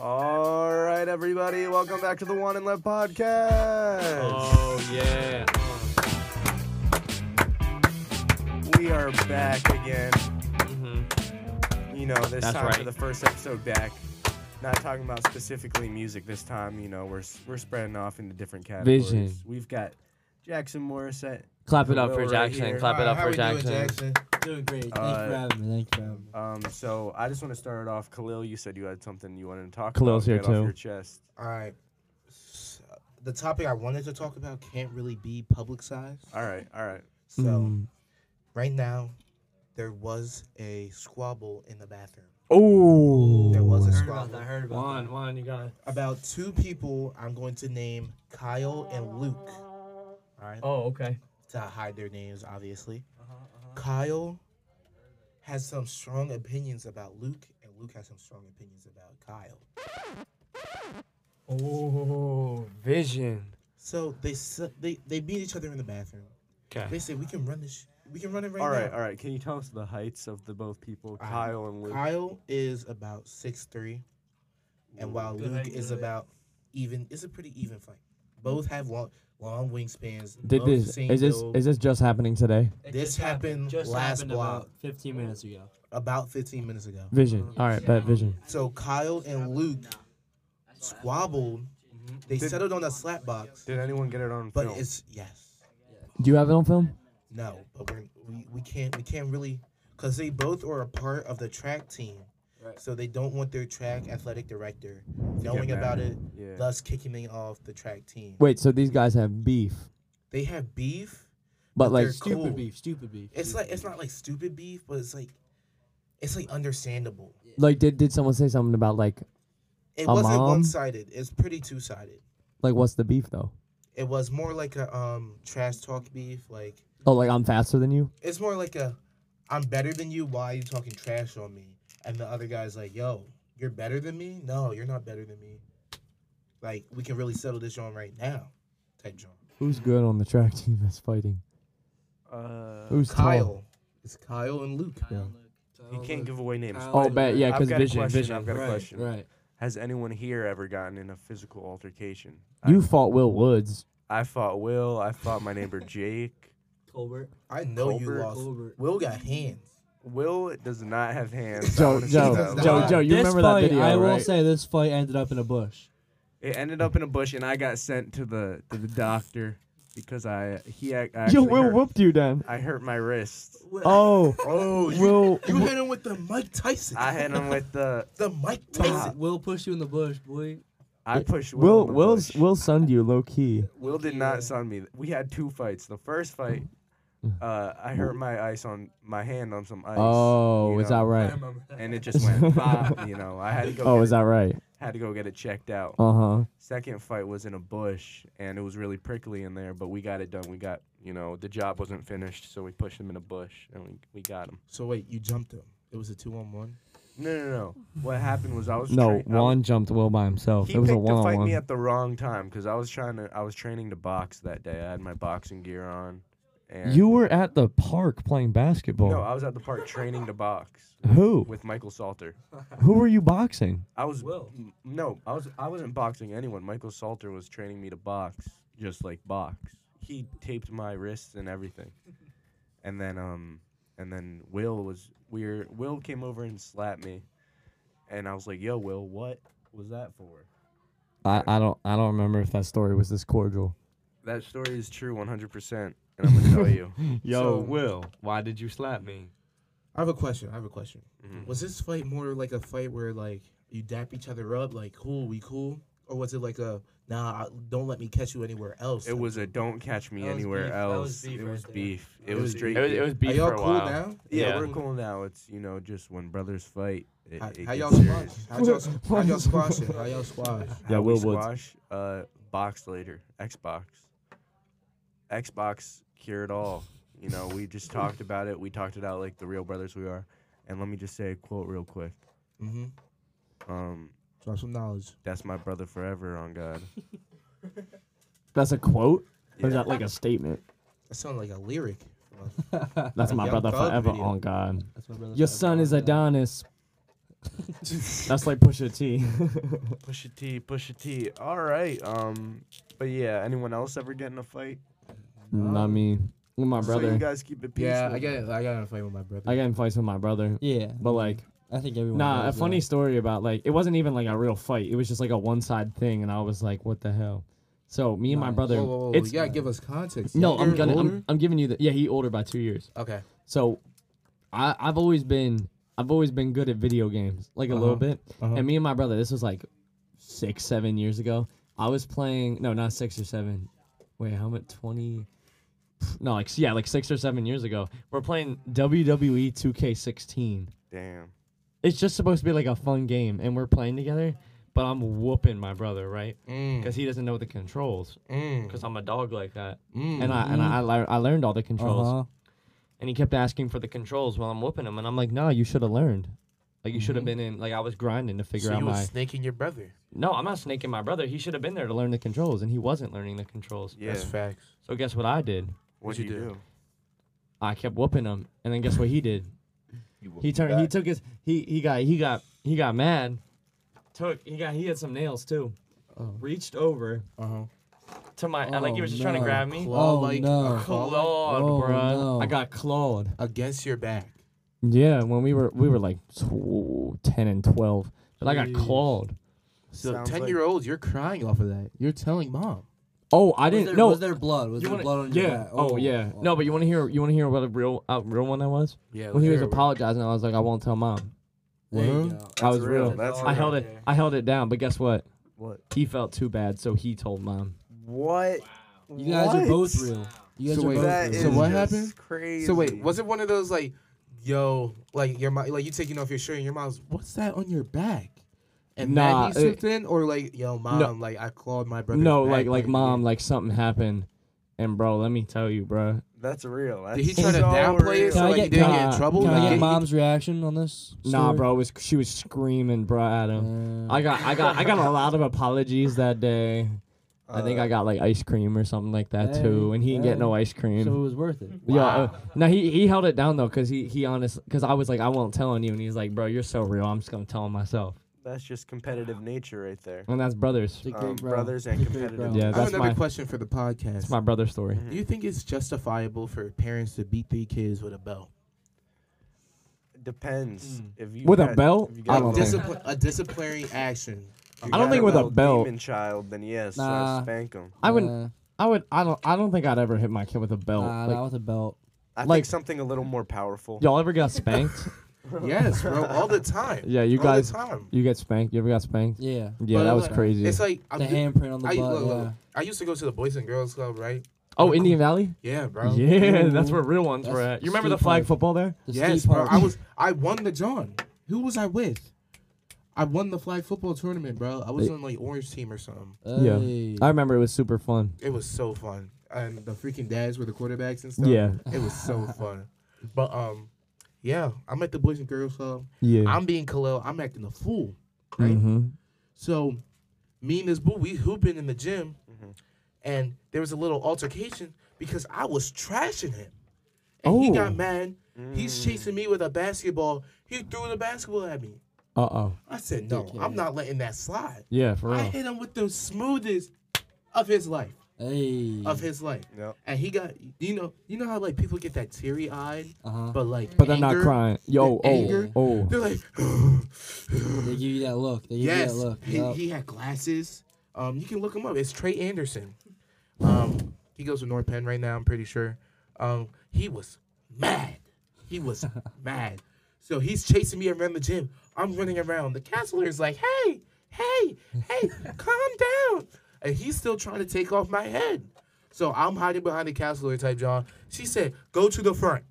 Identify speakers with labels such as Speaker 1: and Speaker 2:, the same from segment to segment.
Speaker 1: All right, everybody, welcome back to the One and Left podcast.
Speaker 2: Oh yeah.
Speaker 1: We are back again.
Speaker 3: Mm-hmm.
Speaker 2: hmm
Speaker 1: You know, this
Speaker 2: That's
Speaker 1: time for
Speaker 2: right.
Speaker 1: the first episode back. Not talking about specifically music this time. You know, we're s- we're spreading off into different categories.
Speaker 2: Vision.
Speaker 1: We've got Jackson Morissette.
Speaker 2: Clap it up
Speaker 1: Well,
Speaker 2: for
Speaker 1: right
Speaker 2: Jackson.
Speaker 1: here.
Speaker 2: Clap it
Speaker 4: Alright,
Speaker 2: up
Speaker 4: how
Speaker 2: for
Speaker 4: we doing,
Speaker 2: Jackson.
Speaker 4: Doing great. Thanks
Speaker 1: Uh,
Speaker 4: for having me. Thanks for having me.
Speaker 1: Um, so I just want to start it off. Khalil, you said you had something you wanted to talk
Speaker 2: Khalil's
Speaker 1: about.
Speaker 2: here
Speaker 1: Get off
Speaker 2: too.
Speaker 1: your chest.
Speaker 4: All right. S- The topic I wanted to talk about can't really be publicized.
Speaker 1: All right, all right.
Speaker 4: So
Speaker 5: Hmm.
Speaker 2: Mm.
Speaker 4: right now, there was a squabble in the bathroom.
Speaker 2: Oh.
Speaker 4: There was a
Speaker 5: heard about
Speaker 4: squabble
Speaker 5: that. Heard about
Speaker 2: One, one, you got it.
Speaker 4: about two people. I'm going to name Kyle and Luke. All right.
Speaker 5: that. Oh, okay. Uh-huh,
Speaker 4: To hide their names, obviously. Kyle has some strong opinions about Luke, and Luke has some strong opinions about Kyle.
Speaker 5: Oh, vision.
Speaker 4: So they s- they they beat each other in the bathroom. They
Speaker 2: Okay.
Speaker 4: say we can run this. Sh- we can run it right
Speaker 1: All right,
Speaker 4: now.
Speaker 1: all right. Can you tell us the heights of the both people,
Speaker 4: right.
Speaker 1: Kyle and Luke?
Speaker 4: Kyle is about six three, and while
Speaker 5: Good
Speaker 4: Luke
Speaker 5: height,
Speaker 4: is
Speaker 5: good height.
Speaker 4: about even. It's a pretty even fight. Both have long long wingspans.
Speaker 3: Did
Speaker 4: both
Speaker 3: this
Speaker 4: same
Speaker 3: is this
Speaker 4: build.
Speaker 3: is this just happening today?
Speaker 4: This happened last
Speaker 5: about
Speaker 4: block.
Speaker 5: 15 minutes ago.
Speaker 4: about fifteen minutes ago?
Speaker 3: Vision. All right, bet vision.
Speaker 4: So Kyle and Luke squabbled. They
Speaker 1: Mm-hmm. Did-
Speaker 4: settled on a slap box,
Speaker 1: Did anyone get it on
Speaker 4: but
Speaker 1: film?
Speaker 4: it's yes,
Speaker 3: Do you have it on film?
Speaker 4: no, but we're, we we can't we can't really because they both are a part of the track team.
Speaker 5: Right.
Speaker 4: So they don't want their track athletic director knowing
Speaker 1: mad.
Speaker 4: about it,
Speaker 1: yeah.
Speaker 4: thus kicking me off the track team.
Speaker 3: Wait, so these guys have beef,
Speaker 4: They have beef.
Speaker 3: but like
Speaker 4: they're
Speaker 5: Stupid
Speaker 4: cool.
Speaker 5: beef. Stupid beef.
Speaker 4: It's like it's not like stupid beef, but it's like it's like understandable.
Speaker 3: like did did someone say something about like
Speaker 4: It
Speaker 3: A
Speaker 4: wasn't
Speaker 3: mom?
Speaker 4: one sided. It's pretty two sided.
Speaker 3: like what's the beef though?
Speaker 4: It was more like a um trash talk beef. Like
Speaker 3: Oh, like I'm faster than you.
Speaker 4: it's more like a I'm better than you. Why are you talking trash on me? And the other guy's like, Yo, you're better than me? No, you're not better than me. Like we can really settle this on right now, type John.
Speaker 3: Who's good on the track team that's fighting?
Speaker 1: Uh,
Speaker 3: Who's tall?
Speaker 4: Kyle. It's Kyle and Luke. bro.
Speaker 1: you can't give away names.
Speaker 3: Oh, bet yeah,
Speaker 1: I've
Speaker 3: because
Speaker 1: got a
Speaker 3: vision,
Speaker 1: question,
Speaker 3: vision.
Speaker 1: I've got a
Speaker 3: right,
Speaker 1: question.
Speaker 3: Right.
Speaker 1: Has anyone here ever gotten in a physical altercation?
Speaker 3: You fought Will Woods.
Speaker 1: I, I fought Will. I fought my neighbor Jake.
Speaker 5: Colbert.
Speaker 4: I know you
Speaker 1: Colbert.
Speaker 4: lost.
Speaker 5: Colbert.
Speaker 4: Will got hands.
Speaker 1: Will does not have hands. I
Speaker 3: Joe,
Speaker 1: wanna see
Speaker 3: Joe,
Speaker 1: that.
Speaker 4: does
Speaker 3: Joe,
Speaker 4: not.
Speaker 3: Joe. You remember that video,
Speaker 5: I will
Speaker 3: right?
Speaker 5: say this fight ended up in a bush.
Speaker 1: It ended up in a bush, and I got sent to the to the doctor because I he ac- I
Speaker 3: Yo,
Speaker 1: actually
Speaker 3: Will
Speaker 1: hurt,
Speaker 3: whooped you then.
Speaker 1: I hurt my wrist.
Speaker 3: Oh,
Speaker 4: Oh, you,
Speaker 3: Will.
Speaker 4: you hit him with the Mike Tyson.
Speaker 1: I hit him with the
Speaker 4: the Mike
Speaker 5: Will,
Speaker 4: Tyson.
Speaker 5: Will push you in the bush, boy.
Speaker 1: I pushed Will. in
Speaker 3: Will
Speaker 1: the
Speaker 3: Will's
Speaker 1: bush.
Speaker 3: Will sunned you low key.
Speaker 1: Will did
Speaker 5: Yeah.
Speaker 1: not sun me. We had two fights. The first fight,
Speaker 3: Mm.
Speaker 1: uh, I hurt my ice on my hand on some ice.
Speaker 3: Oh,
Speaker 1: you
Speaker 3: is
Speaker 1: know,
Speaker 3: that right?
Speaker 5: remember that.
Speaker 1: And it just went pop. You know, I had to go.
Speaker 3: Oh,
Speaker 1: get
Speaker 3: is
Speaker 1: it-
Speaker 3: that right?
Speaker 1: had to go get it checked out.
Speaker 3: Uh huh.
Speaker 1: Second fight was in a bush, and it was really prickly in there, but we got it done. We got, you know, the job wasn't finished, so we pushed him in a bush, and we, we got him.
Speaker 4: So wait, you jumped him. It was a two on one.
Speaker 1: No, no, no. What happened was I was
Speaker 3: No,
Speaker 1: tra- I was-
Speaker 3: Juan jumped Will by himself.
Speaker 1: He
Speaker 3: It was a
Speaker 1: picked
Speaker 3: one
Speaker 1: to
Speaker 3: on
Speaker 1: fight me
Speaker 3: one.
Speaker 1: at the wrong time because I was trying to. I was training to box that day. I had my boxing gear on. And
Speaker 3: You were at the park playing basketball.
Speaker 1: No, I was at the park training to box
Speaker 3: Who?
Speaker 1: with Michael Salter.
Speaker 3: Who were you boxing?
Speaker 1: I was
Speaker 5: Will.
Speaker 1: m- no, I was I wasn't boxing anyone. Michael Salter was training me to box, just like box. He taped my wrists and everything. And then um and then Will was we're Will came over and slapped me. And I was like, "Yo, Will, what was that for?"
Speaker 3: I, I don't I don't remember if that story was this cordial.
Speaker 1: That story is true 100%, and I'm going to tell you.
Speaker 2: Yo,
Speaker 4: So-
Speaker 2: Will, why did you slap me?
Speaker 4: I have a question. I have a question.
Speaker 1: Mhm.
Speaker 4: Was this fight more like a fight where like you dap each other up, like cool, we cool, or was it like a nah, I- don't let me catch you anywhere else?
Speaker 1: It was a don't catch me
Speaker 5: That was
Speaker 1: anywhere
Speaker 5: beef. That was
Speaker 1: else.
Speaker 5: beef
Speaker 1: it
Speaker 5: right
Speaker 1: was
Speaker 5: there.
Speaker 1: beef. It
Speaker 5: That
Speaker 1: was
Speaker 5: was
Speaker 1: straight.
Speaker 2: It was,
Speaker 1: beef.
Speaker 2: it was
Speaker 4: Are
Speaker 2: beef
Speaker 4: y'all
Speaker 2: for a
Speaker 4: cool
Speaker 2: while.
Speaker 4: now?
Speaker 1: Yeah,
Speaker 2: Yeah.
Speaker 1: we're cool now. It's you know just when brothers fight, it,
Speaker 4: How,
Speaker 1: it
Speaker 4: how
Speaker 1: gets
Speaker 4: y'all squash?
Speaker 1: serious.
Speaker 4: How y'all, how y'all squash it? How y'all squash?
Speaker 3: Yeah,
Speaker 1: How we
Speaker 3: Will Woods.
Speaker 1: squash, uh, box later. Xbox. Xbox cure it all. You know, we just talked about it. We talked it out like the real brothers we are. And let me just say a quote real quick.
Speaker 4: Mm-hmm.
Speaker 1: Um,
Speaker 4: Drop some knowledge.
Speaker 1: that's my brother forever on God.
Speaker 3: That's a quote? Or is
Speaker 1: Yeah.
Speaker 3: that like a statement?
Speaker 4: That sounded like a lyric. from a-
Speaker 3: That's
Speaker 4: A
Speaker 3: my
Speaker 4: Young
Speaker 3: brother
Speaker 4: Thug
Speaker 3: forever
Speaker 4: video.
Speaker 3: on God.
Speaker 5: That's my brother.
Speaker 3: Your son is Adonis. That's like Pusha T.
Speaker 1: Oh. Push a T, push a T. All right. Um, but yeah, anyone else ever get in a fight?
Speaker 3: Not me. With my
Speaker 1: So
Speaker 3: brother.
Speaker 1: you guys keep it peaceful.
Speaker 4: Yeah, I get I got in a fight with my brother.
Speaker 3: I got in fights with my brother.
Speaker 5: Yeah.
Speaker 3: But like,
Speaker 5: I think everyone.
Speaker 3: nah, a
Speaker 5: knows that.
Speaker 3: funny story about like it wasn't even like a real fight. It was just like a one side thing, and I was like, what the hell? So me and my
Speaker 5: Nice.
Speaker 3: brother,
Speaker 4: whoa, whoa, whoa,
Speaker 3: it's
Speaker 4: you gotta give us context.
Speaker 3: no, I'm
Speaker 4: Younger,
Speaker 3: gonna,
Speaker 4: older?
Speaker 3: I'm, I'm giving you the yeah. He older by two years.
Speaker 4: okay.
Speaker 3: So, I I've always been I've always been good at video games, like a
Speaker 4: Uh-huh,
Speaker 3: little bit. And me and my brother, this was like six seven years ago. I was playing no, not six or seven. Wait, how much? Twenty? No, like yeah, like six or seven years ago. We're playing E WWE 2K16.
Speaker 1: Damn.
Speaker 3: It's just supposed to be like a fun game, and we're playing together. But I'm whooping my brother, right?
Speaker 1: Mm.
Speaker 3: Because he doesn't know the controls.
Speaker 4: Mm,
Speaker 3: Because Mm. I'm a dog like that, and I and I I, lear- I learned all the controls
Speaker 5: Uh-huh.
Speaker 3: and he kept asking for the controls while I'm whooping him, and I'm like, no, you should have learned. Like you should have been in. Like I was grinding to figure
Speaker 4: So
Speaker 3: out
Speaker 4: you
Speaker 3: my.
Speaker 4: was snaking your brother.
Speaker 3: no, I'm not snaking my brother. He should have been there to learn the controls, and he wasn't learning the controls.
Speaker 1: Yeah.
Speaker 4: That's facts.
Speaker 3: So guess what I did?
Speaker 1: what
Speaker 4: What'd
Speaker 1: do you
Speaker 4: you do?
Speaker 1: do?
Speaker 3: I kept whooping him, and then guess what he did? he turned. He took his. He he got he got he got mad. Took he got he had some nails too. Reached over
Speaker 4: Uh huh.
Speaker 3: to my like he
Speaker 5: Oh,
Speaker 3: was just trying to
Speaker 5: no.
Speaker 3: grab me.
Speaker 4: Claw
Speaker 5: Oh,
Speaker 4: like
Speaker 5: no.
Speaker 4: a claw like
Speaker 3: Clawed,
Speaker 5: Oh,
Speaker 3: bruh.
Speaker 5: no.
Speaker 3: I got clawed.
Speaker 4: against your back.
Speaker 3: Yeah, when we were we were like tw- ten and twelve, but I got
Speaker 5: Jeez.
Speaker 3: clawed.
Speaker 4: So
Speaker 1: Sounds
Speaker 4: ten year olds, you're crying off of that. You're telling mom.
Speaker 3: Oh, I
Speaker 5: Was
Speaker 3: didn't
Speaker 5: there,
Speaker 3: know.
Speaker 5: Was there blood? Was
Speaker 3: You
Speaker 5: there
Speaker 3: wanna-
Speaker 5: blood on
Speaker 3: yeah.
Speaker 5: your back?
Speaker 3: Oh, yeah. No, but you want to hear? You want to hear what a real, uh, real one that was?
Speaker 4: Yeah.
Speaker 3: When he was apologizing, I was like, I won't tell mom.
Speaker 5: There you
Speaker 4: Huh?
Speaker 5: go.
Speaker 3: I was real.
Speaker 1: That's
Speaker 3: I held it. I held it down. But guess what?
Speaker 1: What?
Speaker 3: He felt too bad, so he told mom.
Speaker 1: What?
Speaker 5: You guys are
Speaker 1: What?
Speaker 5: both real. You guys
Speaker 4: So
Speaker 5: are
Speaker 4: wait,
Speaker 5: both
Speaker 1: That
Speaker 5: real.
Speaker 1: is
Speaker 4: So what
Speaker 1: just
Speaker 4: happened?
Speaker 1: Crazy.
Speaker 4: So wait, was it one of those like, yo, like your mom, like you taking off your shirt and your mom's, what's that on your back? And
Speaker 3: Nah,
Speaker 4: nah,
Speaker 3: it-
Speaker 4: he slipped in, or like, yo, mom, like I clawed my brother.
Speaker 3: no, like, like mom, like something happened, and bro, let me tell you, bro.
Speaker 1: That's real. That's
Speaker 4: Did he try to
Speaker 1: so
Speaker 4: downplay it
Speaker 1: real.
Speaker 4: so
Speaker 5: Can I
Speaker 4: like he
Speaker 5: get-
Speaker 4: didn't
Speaker 3: can
Speaker 4: get
Speaker 3: I-
Speaker 4: in trouble?
Speaker 5: Can
Speaker 3: Nah.
Speaker 5: I
Speaker 4: Like,
Speaker 5: get
Speaker 4: he-
Speaker 5: mom's reaction on this?
Speaker 3: Nah,
Speaker 5: story?
Speaker 3: bro, it was she was screaming, bro, at him. I got, I got, I got a lot of apologies that day. I think
Speaker 5: Uh,
Speaker 3: I got like ice cream or something like that
Speaker 5: hey,
Speaker 3: too, and he didn't get no ice cream.
Speaker 5: So it was worth it.
Speaker 3: Yeah, uh, no, he he held it down though, cause he he honest, cause I was like, I won't tell on you, and he's like, bro, you're so real, I'm just gonna tell on myself,
Speaker 1: That's just competitive nature right there.
Speaker 3: and that's brothers.
Speaker 5: It's a great
Speaker 1: Um,
Speaker 5: bro.
Speaker 1: brothers and
Speaker 5: Big
Speaker 1: competitive.
Speaker 5: bro.
Speaker 3: Yeah,
Speaker 4: I
Speaker 3: that's
Speaker 4: have another
Speaker 3: my
Speaker 4: question for the podcast.
Speaker 3: that's my brother story.
Speaker 4: Do you think it's justifiable for parents to beat three kids with a belt?
Speaker 1: Depends. If you
Speaker 3: Mm. With a
Speaker 1: got-
Speaker 3: belt?
Speaker 1: if you
Speaker 3: I
Speaker 1: got
Speaker 3: don't
Speaker 1: a
Speaker 3: think-
Speaker 1: little-
Speaker 4: Discipli- a disciplinary action.
Speaker 1: if you
Speaker 3: I don't
Speaker 1: got
Speaker 3: think with a
Speaker 1: little
Speaker 3: belt.
Speaker 1: Demon child, then yes,
Speaker 5: Nah.
Speaker 1: I spank him.
Speaker 3: I wouldn't,
Speaker 5: Nah,
Speaker 3: I would, I don't, I don't think I'd ever hit my kid with a belt.
Speaker 5: nah,
Speaker 3: Like,
Speaker 5: not with a belt.
Speaker 1: I
Speaker 3: Like-
Speaker 1: think something a little more powerful.
Speaker 3: y'all ever got spanked?
Speaker 4: Yes, bro, all the time.
Speaker 3: yeah, you
Speaker 4: all
Speaker 3: guys,
Speaker 4: the time.
Speaker 3: you get spanked. You ever got spanked?
Speaker 5: Yeah.
Speaker 3: Yeah,
Speaker 4: But
Speaker 3: that was
Speaker 4: like,
Speaker 3: crazy.
Speaker 4: It's like I'm
Speaker 5: The
Speaker 4: ju-
Speaker 5: handprint on the
Speaker 4: I,
Speaker 5: butt.
Speaker 4: look, look,
Speaker 5: yeah.
Speaker 4: I used to go to the Boys and Girls Club, right?
Speaker 3: oh, Indian Valley.
Speaker 4: Yeah, bro.
Speaker 3: Yeah, that's
Speaker 5: Ooh,
Speaker 3: where real ones were
Speaker 5: that's
Speaker 3: at. You remember the
Speaker 5: steep
Speaker 3: flag
Speaker 5: hike.
Speaker 3: football there?
Speaker 5: The
Speaker 4: Yes,
Speaker 5: skate
Speaker 4: bro.
Speaker 5: park.
Speaker 4: I was I won the John. Who was I with? I won the flag football tournament, bro. I was on like orange team or something.
Speaker 5: Hey.
Speaker 3: I remember it was super fun.
Speaker 4: It was so fun. And the freaking dads were the quarterbacks and stuff.
Speaker 3: Yeah.
Speaker 4: It was so fun. But um yeah, I'm at the Boys and Girls Club.
Speaker 3: Yeah.
Speaker 4: I'm being Khalil. I'm acting a fool. Right?
Speaker 3: Mhm.
Speaker 4: So, me and this boo, we hooping in the gym,
Speaker 3: Mm-hmm.
Speaker 4: and there was a little altercation because I was trashing him. And he
Speaker 3: Oh. Mm.
Speaker 4: got mad. He's chasing me with a basketball. He threw the basketball at me.
Speaker 3: Uh oh.
Speaker 4: I said, No, I'm not letting that slide.
Speaker 3: Yeah, for
Speaker 4: I
Speaker 3: real.
Speaker 4: hit him with the smoothest of his life.
Speaker 5: Hey.
Speaker 4: Of his life.
Speaker 1: Yep.
Speaker 4: And he got you know, you know how like people get that teary eyed,
Speaker 5: Uh-huh.
Speaker 4: but like
Speaker 3: But they're not
Speaker 4: anger?
Speaker 3: crying. Yo,
Speaker 4: The
Speaker 3: oh,
Speaker 4: anger?
Speaker 3: oh.
Speaker 4: They're like
Speaker 5: They give you that look. They give
Speaker 4: Yes,
Speaker 5: you that look.
Speaker 4: he,
Speaker 5: Yup.
Speaker 4: he had glasses. Um, you can look him up. It's Trey Anderson. Um, he goes to North Penn right now. I'm pretty sure. Um, he was mad. He was mad. So he's chasing me around the gym. I'm running around. The counselor is like, "Hey, hey, hey, calm down!" And he's still trying to take off my head. So I'm hiding behind the counselor type John. She said, "Go to the front."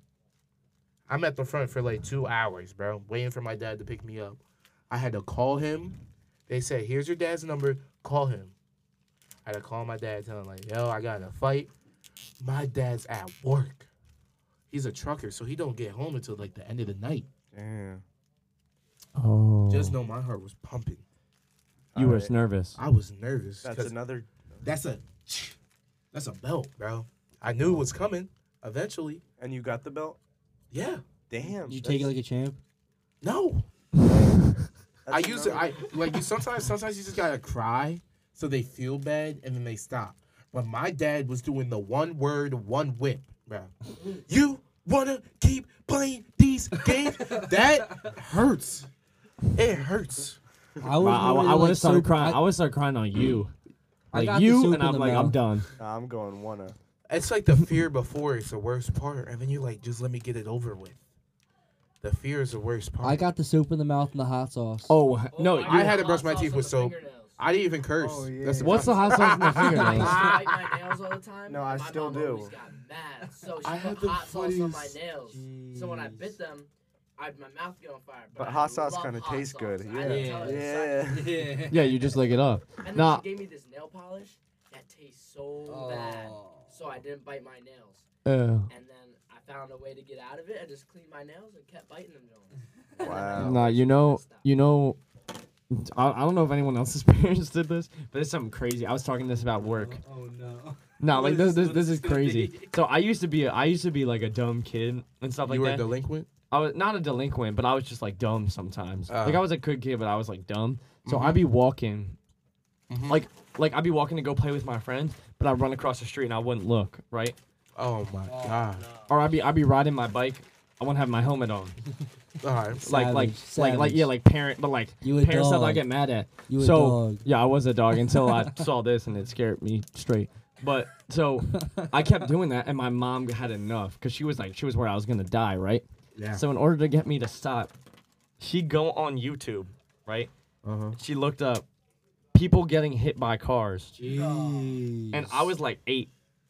Speaker 4: I'm at the front for like two hours, bro, waiting for my dad to pick me up. I had to call him. They said, "Here's your dad's number. Call him." I had to call my dad, tell him like, "Yo, I got in a fight. My dad's at work. He's a trucker, so he don't get home until like the end of the night."
Speaker 1: Damn.
Speaker 3: Oh.
Speaker 4: Just know my heart was pumping.
Speaker 3: you were
Speaker 1: Alright.
Speaker 3: nervous.
Speaker 4: I was nervous.
Speaker 1: That's
Speaker 4: 'cause
Speaker 1: another.
Speaker 4: that's a that's a belt, bro. I knew it was coming eventually.
Speaker 1: And you got the belt.
Speaker 4: Yeah.
Speaker 1: Damn.
Speaker 5: You take it
Speaker 1: that's-
Speaker 5: like a champ.
Speaker 4: No.
Speaker 1: that's
Speaker 4: I used to. I like you. Sometimes, sometimes you just gotta cry so they feel bad and then they stop. But my dad was doing the one word, one whip, bro. You wanna keep playing these games? That hurts. It hurts.
Speaker 5: I was
Speaker 3: Wow, I,
Speaker 5: literally,
Speaker 3: I would
Speaker 5: like,
Speaker 3: start
Speaker 5: so-
Speaker 3: crying. I,
Speaker 5: I-
Speaker 3: would start crying on you.
Speaker 5: I
Speaker 3: Like
Speaker 5: got the
Speaker 3: you
Speaker 5: soup
Speaker 3: and
Speaker 5: in
Speaker 3: I'm
Speaker 5: the
Speaker 3: like I'm
Speaker 5: mouth.
Speaker 3: done.
Speaker 1: Nah, I'm going wanna.
Speaker 4: It's like the fear before is the worst part, and then you like just let me get it over with. The fear is the worst part.
Speaker 5: I got the soup in the mouth and the hot sauce.
Speaker 3: Oh no,
Speaker 4: I
Speaker 3: you-
Speaker 4: had to brush my teeth with soap. I didn't even curse.
Speaker 1: Oh, yeah.
Speaker 4: That's the
Speaker 3: What's the
Speaker 4: problem.
Speaker 3: hot sauce in the
Speaker 6: I used
Speaker 3: fingernails?
Speaker 6: to bite my nails all the time.
Speaker 1: No, I
Speaker 6: my
Speaker 1: still
Speaker 6: mom
Speaker 1: do.
Speaker 6: always got mad, so she
Speaker 4: I had
Speaker 6: put
Speaker 4: the
Speaker 6: hot sauce on my
Speaker 4: funniest-
Speaker 6: nails. So when I
Speaker 4: Jeez.
Speaker 6: bit them, I, my mouth get on fire.
Speaker 1: But
Speaker 6: I
Speaker 1: hot sauce
Speaker 6: love
Speaker 1: kind of
Speaker 6: hot
Speaker 1: tastes
Speaker 6: sauce.
Speaker 1: good.
Speaker 6: I didn't tell
Speaker 1: Yeah.
Speaker 6: her this.
Speaker 1: Yeah.
Speaker 5: yeah.
Speaker 3: Yeah, you just lick it up.
Speaker 6: I- And then
Speaker 3: Nah. Oh.
Speaker 6: she gave me this nail polish that tastes so bad, so I didn't bite my nails.
Speaker 3: Uh,
Speaker 6: And then I found a way to get out of it. I just cleaned my nails and kept biting them. Jones.
Speaker 4: Oh,
Speaker 1: Wow.
Speaker 3: nah, you know, you know. I, I don't know if anyone else's parents did this, but it's something crazy. I was talking this about work.
Speaker 2: Oh no.
Speaker 3: No, like
Speaker 2: What
Speaker 3: this,
Speaker 2: is-
Speaker 3: this,
Speaker 2: what
Speaker 3: this
Speaker 2: is
Speaker 3: is
Speaker 2: this gonna
Speaker 3: crazy.
Speaker 2: be?
Speaker 3: So I used to be, a, I used to be like a dumb kid and stuff like
Speaker 4: you were
Speaker 3: that.
Speaker 4: a delinquent.
Speaker 3: I was not a delinquent, but I was just like dumb sometimes.
Speaker 4: Oh.
Speaker 3: like I was a good kid, but I was like dumb. So
Speaker 4: Mm-hmm.
Speaker 3: I'd be walking,
Speaker 4: Mhm.
Speaker 3: like like I'd be walking to go play with my friends, but I'd run across the street and I wouldn't look right,
Speaker 4: Oh my god.
Speaker 3: or I'd be I'd be riding my bike. I wouldn't have my helmet on,
Speaker 4: All right.
Speaker 3: like
Speaker 5: Savage,
Speaker 3: like like like
Speaker 5: savage.
Speaker 3: yeah, like parent, but like
Speaker 5: You a
Speaker 3: parent stuff I
Speaker 5: dog.
Speaker 3: get mad at.
Speaker 5: You a
Speaker 3: so
Speaker 5: dog.
Speaker 3: yeah, I was a dog until I saw this and it scared me straight. But so I kept doing that, and my mom had enough because she was like she was where I was gonna die, right?
Speaker 4: Yeah.
Speaker 3: So in order to get me to stop, she'd go on YouTube, right?
Speaker 4: Uh-huh.
Speaker 3: She looked up people getting hit by cars,
Speaker 5: Jeez.
Speaker 3: and I was like eight,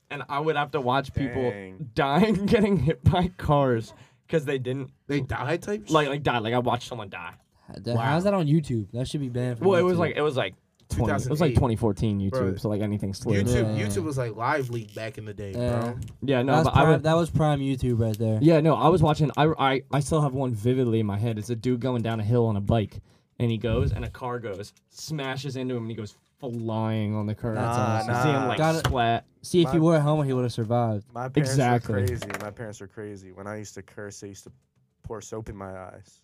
Speaker 3: and I would have to watch people
Speaker 1: Dang.
Speaker 3: dying getting hit by cars because they didn't
Speaker 4: They died type.
Speaker 3: like like die. Like I watched someone die.
Speaker 5: That- How's that on YouTube? That should be banned. From
Speaker 3: Well, it was
Speaker 5: YouTube.
Speaker 3: like it was like 20, it was like
Speaker 4: 2008.
Speaker 3: 2014 YouTube,
Speaker 4: Bro.
Speaker 3: so like anything slid.
Speaker 4: YouTube.
Speaker 5: Yeah.
Speaker 4: YouTube was like live leak back in the day, bro.
Speaker 5: Yeah.
Speaker 3: Yeah, no,
Speaker 5: that, was
Speaker 3: but I
Speaker 5: prime,
Speaker 3: would,
Speaker 5: that was prime YouTube right there.
Speaker 3: Yeah, no, I was watching. I, I I still have one vividly in my head. It's a dude going down a hill on a bike, and he goes, and a car goes, smashes into him, and he goes flying on the curb.
Speaker 1: That's
Speaker 3: That's
Speaker 1: awesome.
Speaker 3: See him like
Speaker 5: Gotta-
Speaker 3: splat.
Speaker 5: See, if
Speaker 1: My-
Speaker 5: he wore a helmet, he would have survived.
Speaker 1: My parents
Speaker 3: Exactly.
Speaker 1: were crazy. My parents were crazy. When I used to curse, they used to pour soap in my eyes.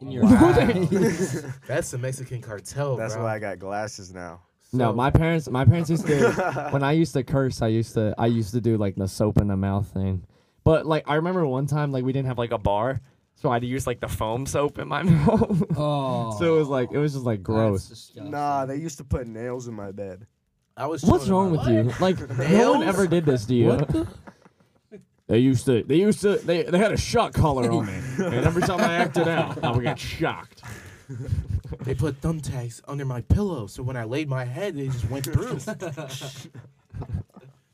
Speaker 5: In
Speaker 3: your-
Speaker 4: That's the Mexican cartel,
Speaker 1: That's
Speaker 4: Oh, bro.
Speaker 1: why I got glasses now.
Speaker 3: No, my parents, my parents used to. when I used to curse, I used to, I used to do like the soap in the mouth thing. But like, I remember one time, like we didn't have like a bar, so I had to use like the foam soap in my mouth.
Speaker 5: oh,
Speaker 3: so it was like, it was just like gross.
Speaker 1: Nah, they used to put nails in my bed.
Speaker 4: I was.
Speaker 3: What's
Speaker 4: chilling
Speaker 3: wrong
Speaker 4: in my
Speaker 3: with you? Like, no one
Speaker 4: Nails?
Speaker 3: ever did this to you. They used to. They used to. They, they had a shock collar on me, and every time I acted out, I would get shocked.
Speaker 4: life. They put thumbtacks under my pillow, so when I laid my head, they just went through.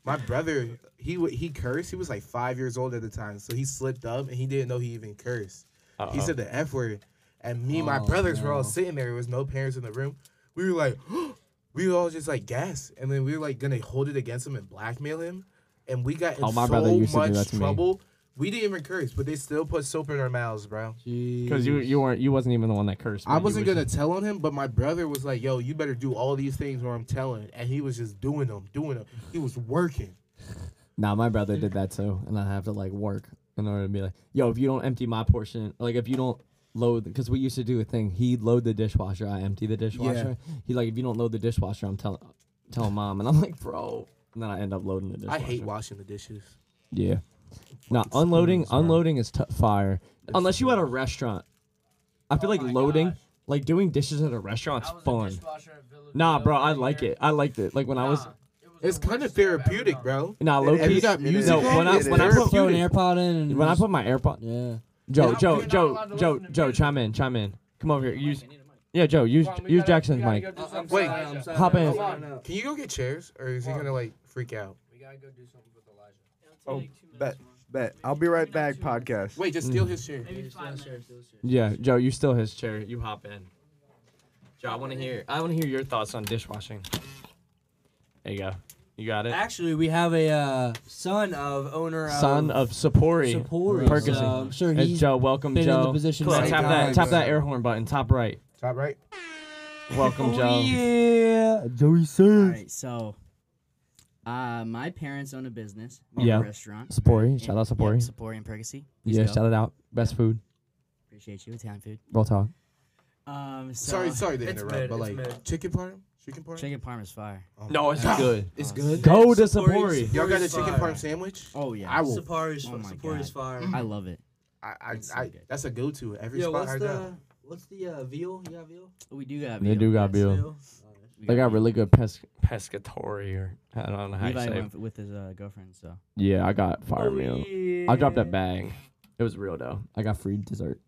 Speaker 4: my brother, he wa- he cursed. He was like five years old at the time, so he slipped up and he didn't know he even cursed. He said the F word. And me and my
Speaker 5: Oh,
Speaker 4: brothers were all
Speaker 5: no.
Speaker 4: sitting there. There was no parents in the room. We were like, we were all just like gassed. And then we were like gonna hold it against him and blackmail him. And we got in
Speaker 3: Oh, my
Speaker 4: so
Speaker 3: brother used to do that
Speaker 4: much
Speaker 3: to me.
Speaker 4: trouble. We didn't even curse, but they still put soap in our mouths, bro.
Speaker 3: Because you you weren't you wasn't even the one that cursed.
Speaker 4: I
Speaker 3: man. You
Speaker 4: wasn't
Speaker 3: was
Speaker 4: gonna tell on him, but my brother was like, "Yo, you better do all these things where I'm telling," and he was just doing them, doing them. He was working.
Speaker 3: just- Nah, my brother did that too, and I have to like work in order to be like, yo, if you don't empty my portion, like if you don't load, because we used to do a thing. He'd load the dishwasher, I empty the dishwasher. He like, if you don't load the dishwasher, I'm telling telling mom, and I'm like, bro. And then I end up loading the dishwasher.
Speaker 4: I hate washing the dishes.
Speaker 3: Yeah. Now unloading, unloading is t- fire. Unless you at a restaurant, I feel like
Speaker 6: Oh my
Speaker 3: loading,
Speaker 6: gosh.
Speaker 3: like doing dishes at a restaurant's
Speaker 6: I was a
Speaker 3: fun.
Speaker 6: dishwasher at Villa
Speaker 3: Nah,
Speaker 6: Villa
Speaker 3: bro, I
Speaker 6: for a
Speaker 3: like
Speaker 6: year.
Speaker 3: it. I liked it. Like when I was,
Speaker 6: Nah, it was
Speaker 4: It's
Speaker 6: the
Speaker 4: kind
Speaker 6: worst
Speaker 4: of
Speaker 6: thing I've ever
Speaker 4: therapeutic,
Speaker 6: done.
Speaker 4: bro.
Speaker 3: nah, low
Speaker 4: And
Speaker 3: key.
Speaker 4: you got
Speaker 1: it is.
Speaker 4: music
Speaker 3: No,
Speaker 4: on
Speaker 3: when I
Speaker 1: It
Speaker 3: when I
Speaker 1: is.
Speaker 3: put
Speaker 5: throw an AirPod in. And
Speaker 3: when I
Speaker 5: just-
Speaker 3: put my AirPod,
Speaker 5: yeah.
Speaker 3: Joe,
Speaker 6: You're not-
Speaker 3: Joe,
Speaker 6: you're not
Speaker 3: Joe,
Speaker 6: allowed to
Speaker 3: Joe,
Speaker 6: listen to
Speaker 3: Joe,
Speaker 6: music.
Speaker 3: chime in, chime in. Come over here. Use
Speaker 6: I need a mic.
Speaker 3: yeah, Joe. Use
Speaker 6: Come on, we
Speaker 3: use
Speaker 6: gotta-
Speaker 3: Jackson's
Speaker 6: we gotta
Speaker 3: mic.
Speaker 6: go do something
Speaker 4: Wait.
Speaker 6: for Elijah.
Speaker 3: Hop in.
Speaker 6: Come on.
Speaker 4: Can you go get chairs, or is he gonna like freak out?
Speaker 2: We gotta go do something with Elijah.
Speaker 1: Oh, bet. Bet. I'll be right back, podcast.
Speaker 4: Wait, just steal his chair.
Speaker 6: Maybe five minutes.
Speaker 3: Yeah, Joe, you still his chair. You hop in. Joe, I want to hear. I want to hear your thoughts on dishwashing. There you go. You got it.
Speaker 7: Actually, we have a uh, son of owner
Speaker 3: Son of Sapori.
Speaker 7: Sapori,
Speaker 3: Perkins.
Speaker 5: So I'm sure
Speaker 3: Hey,
Speaker 5: he's
Speaker 3: Joe, welcome,
Speaker 5: been in
Speaker 3: Joe.
Speaker 5: the position
Speaker 3: Come on,
Speaker 5: many
Speaker 3: tap that,
Speaker 4: times.
Speaker 3: tap that air horn button, top right.
Speaker 4: Top right.
Speaker 3: Welcome, Joe.
Speaker 7: Yeah, Joey
Speaker 6: All
Speaker 7: says.
Speaker 6: right, so uh, my parents own a business,
Speaker 3: Yeah.
Speaker 6: yeah. restaurant.
Speaker 3: Sapori,
Speaker 6: And-
Speaker 3: shout out
Speaker 6: yep,
Speaker 3: Sapori.
Speaker 6: Sapori and Percy.
Speaker 3: Yeah, shout it out. Best food.
Speaker 6: Appreciate you, Italian food.
Speaker 3: Roll talk.
Speaker 8: Um, so
Speaker 4: sorry, sorry to
Speaker 2: it's
Speaker 4: interrupt,
Speaker 2: mid,
Speaker 4: but
Speaker 2: it's
Speaker 4: like
Speaker 2: mid.
Speaker 4: chicken parm, chicken parm.
Speaker 8: Chicken parm is fire.
Speaker 4: Oh my
Speaker 3: No, it's
Speaker 4: God.
Speaker 3: good.
Speaker 4: It's
Speaker 8: Oh,
Speaker 4: good.
Speaker 3: Go to
Speaker 8: Sappori's-
Speaker 3: Sappori.
Speaker 4: Y'all got a
Speaker 2: Sappori's
Speaker 4: chicken
Speaker 2: fire.
Speaker 4: parm sandwich?
Speaker 8: Oh yeah,
Speaker 4: I will.
Speaker 2: Sappori's
Speaker 8: Oh
Speaker 2: fire.
Speaker 8: my
Speaker 2: Sappori's fire.
Speaker 8: I love it.
Speaker 4: I, I,
Speaker 8: It's so
Speaker 4: I
Speaker 8: good.
Speaker 4: that's a go-to at every
Speaker 2: Yo,
Speaker 4: spot
Speaker 2: what's
Speaker 4: I go.
Speaker 2: the what's the uh, veal? You got veal?
Speaker 8: We do got.
Speaker 3: They do got
Speaker 8: yes.
Speaker 3: Bill.
Speaker 2: Veal?
Speaker 8: We
Speaker 3: They got
Speaker 8: veal.
Speaker 3: really good pes- pescatory or I don't know how
Speaker 8: Levi
Speaker 3: you say. It.
Speaker 8: went with his uh, girlfriend, so
Speaker 3: Yeah, I got
Speaker 5: Oh,
Speaker 3: fire meal. I dropped that bag. It was real though. I got free dessert.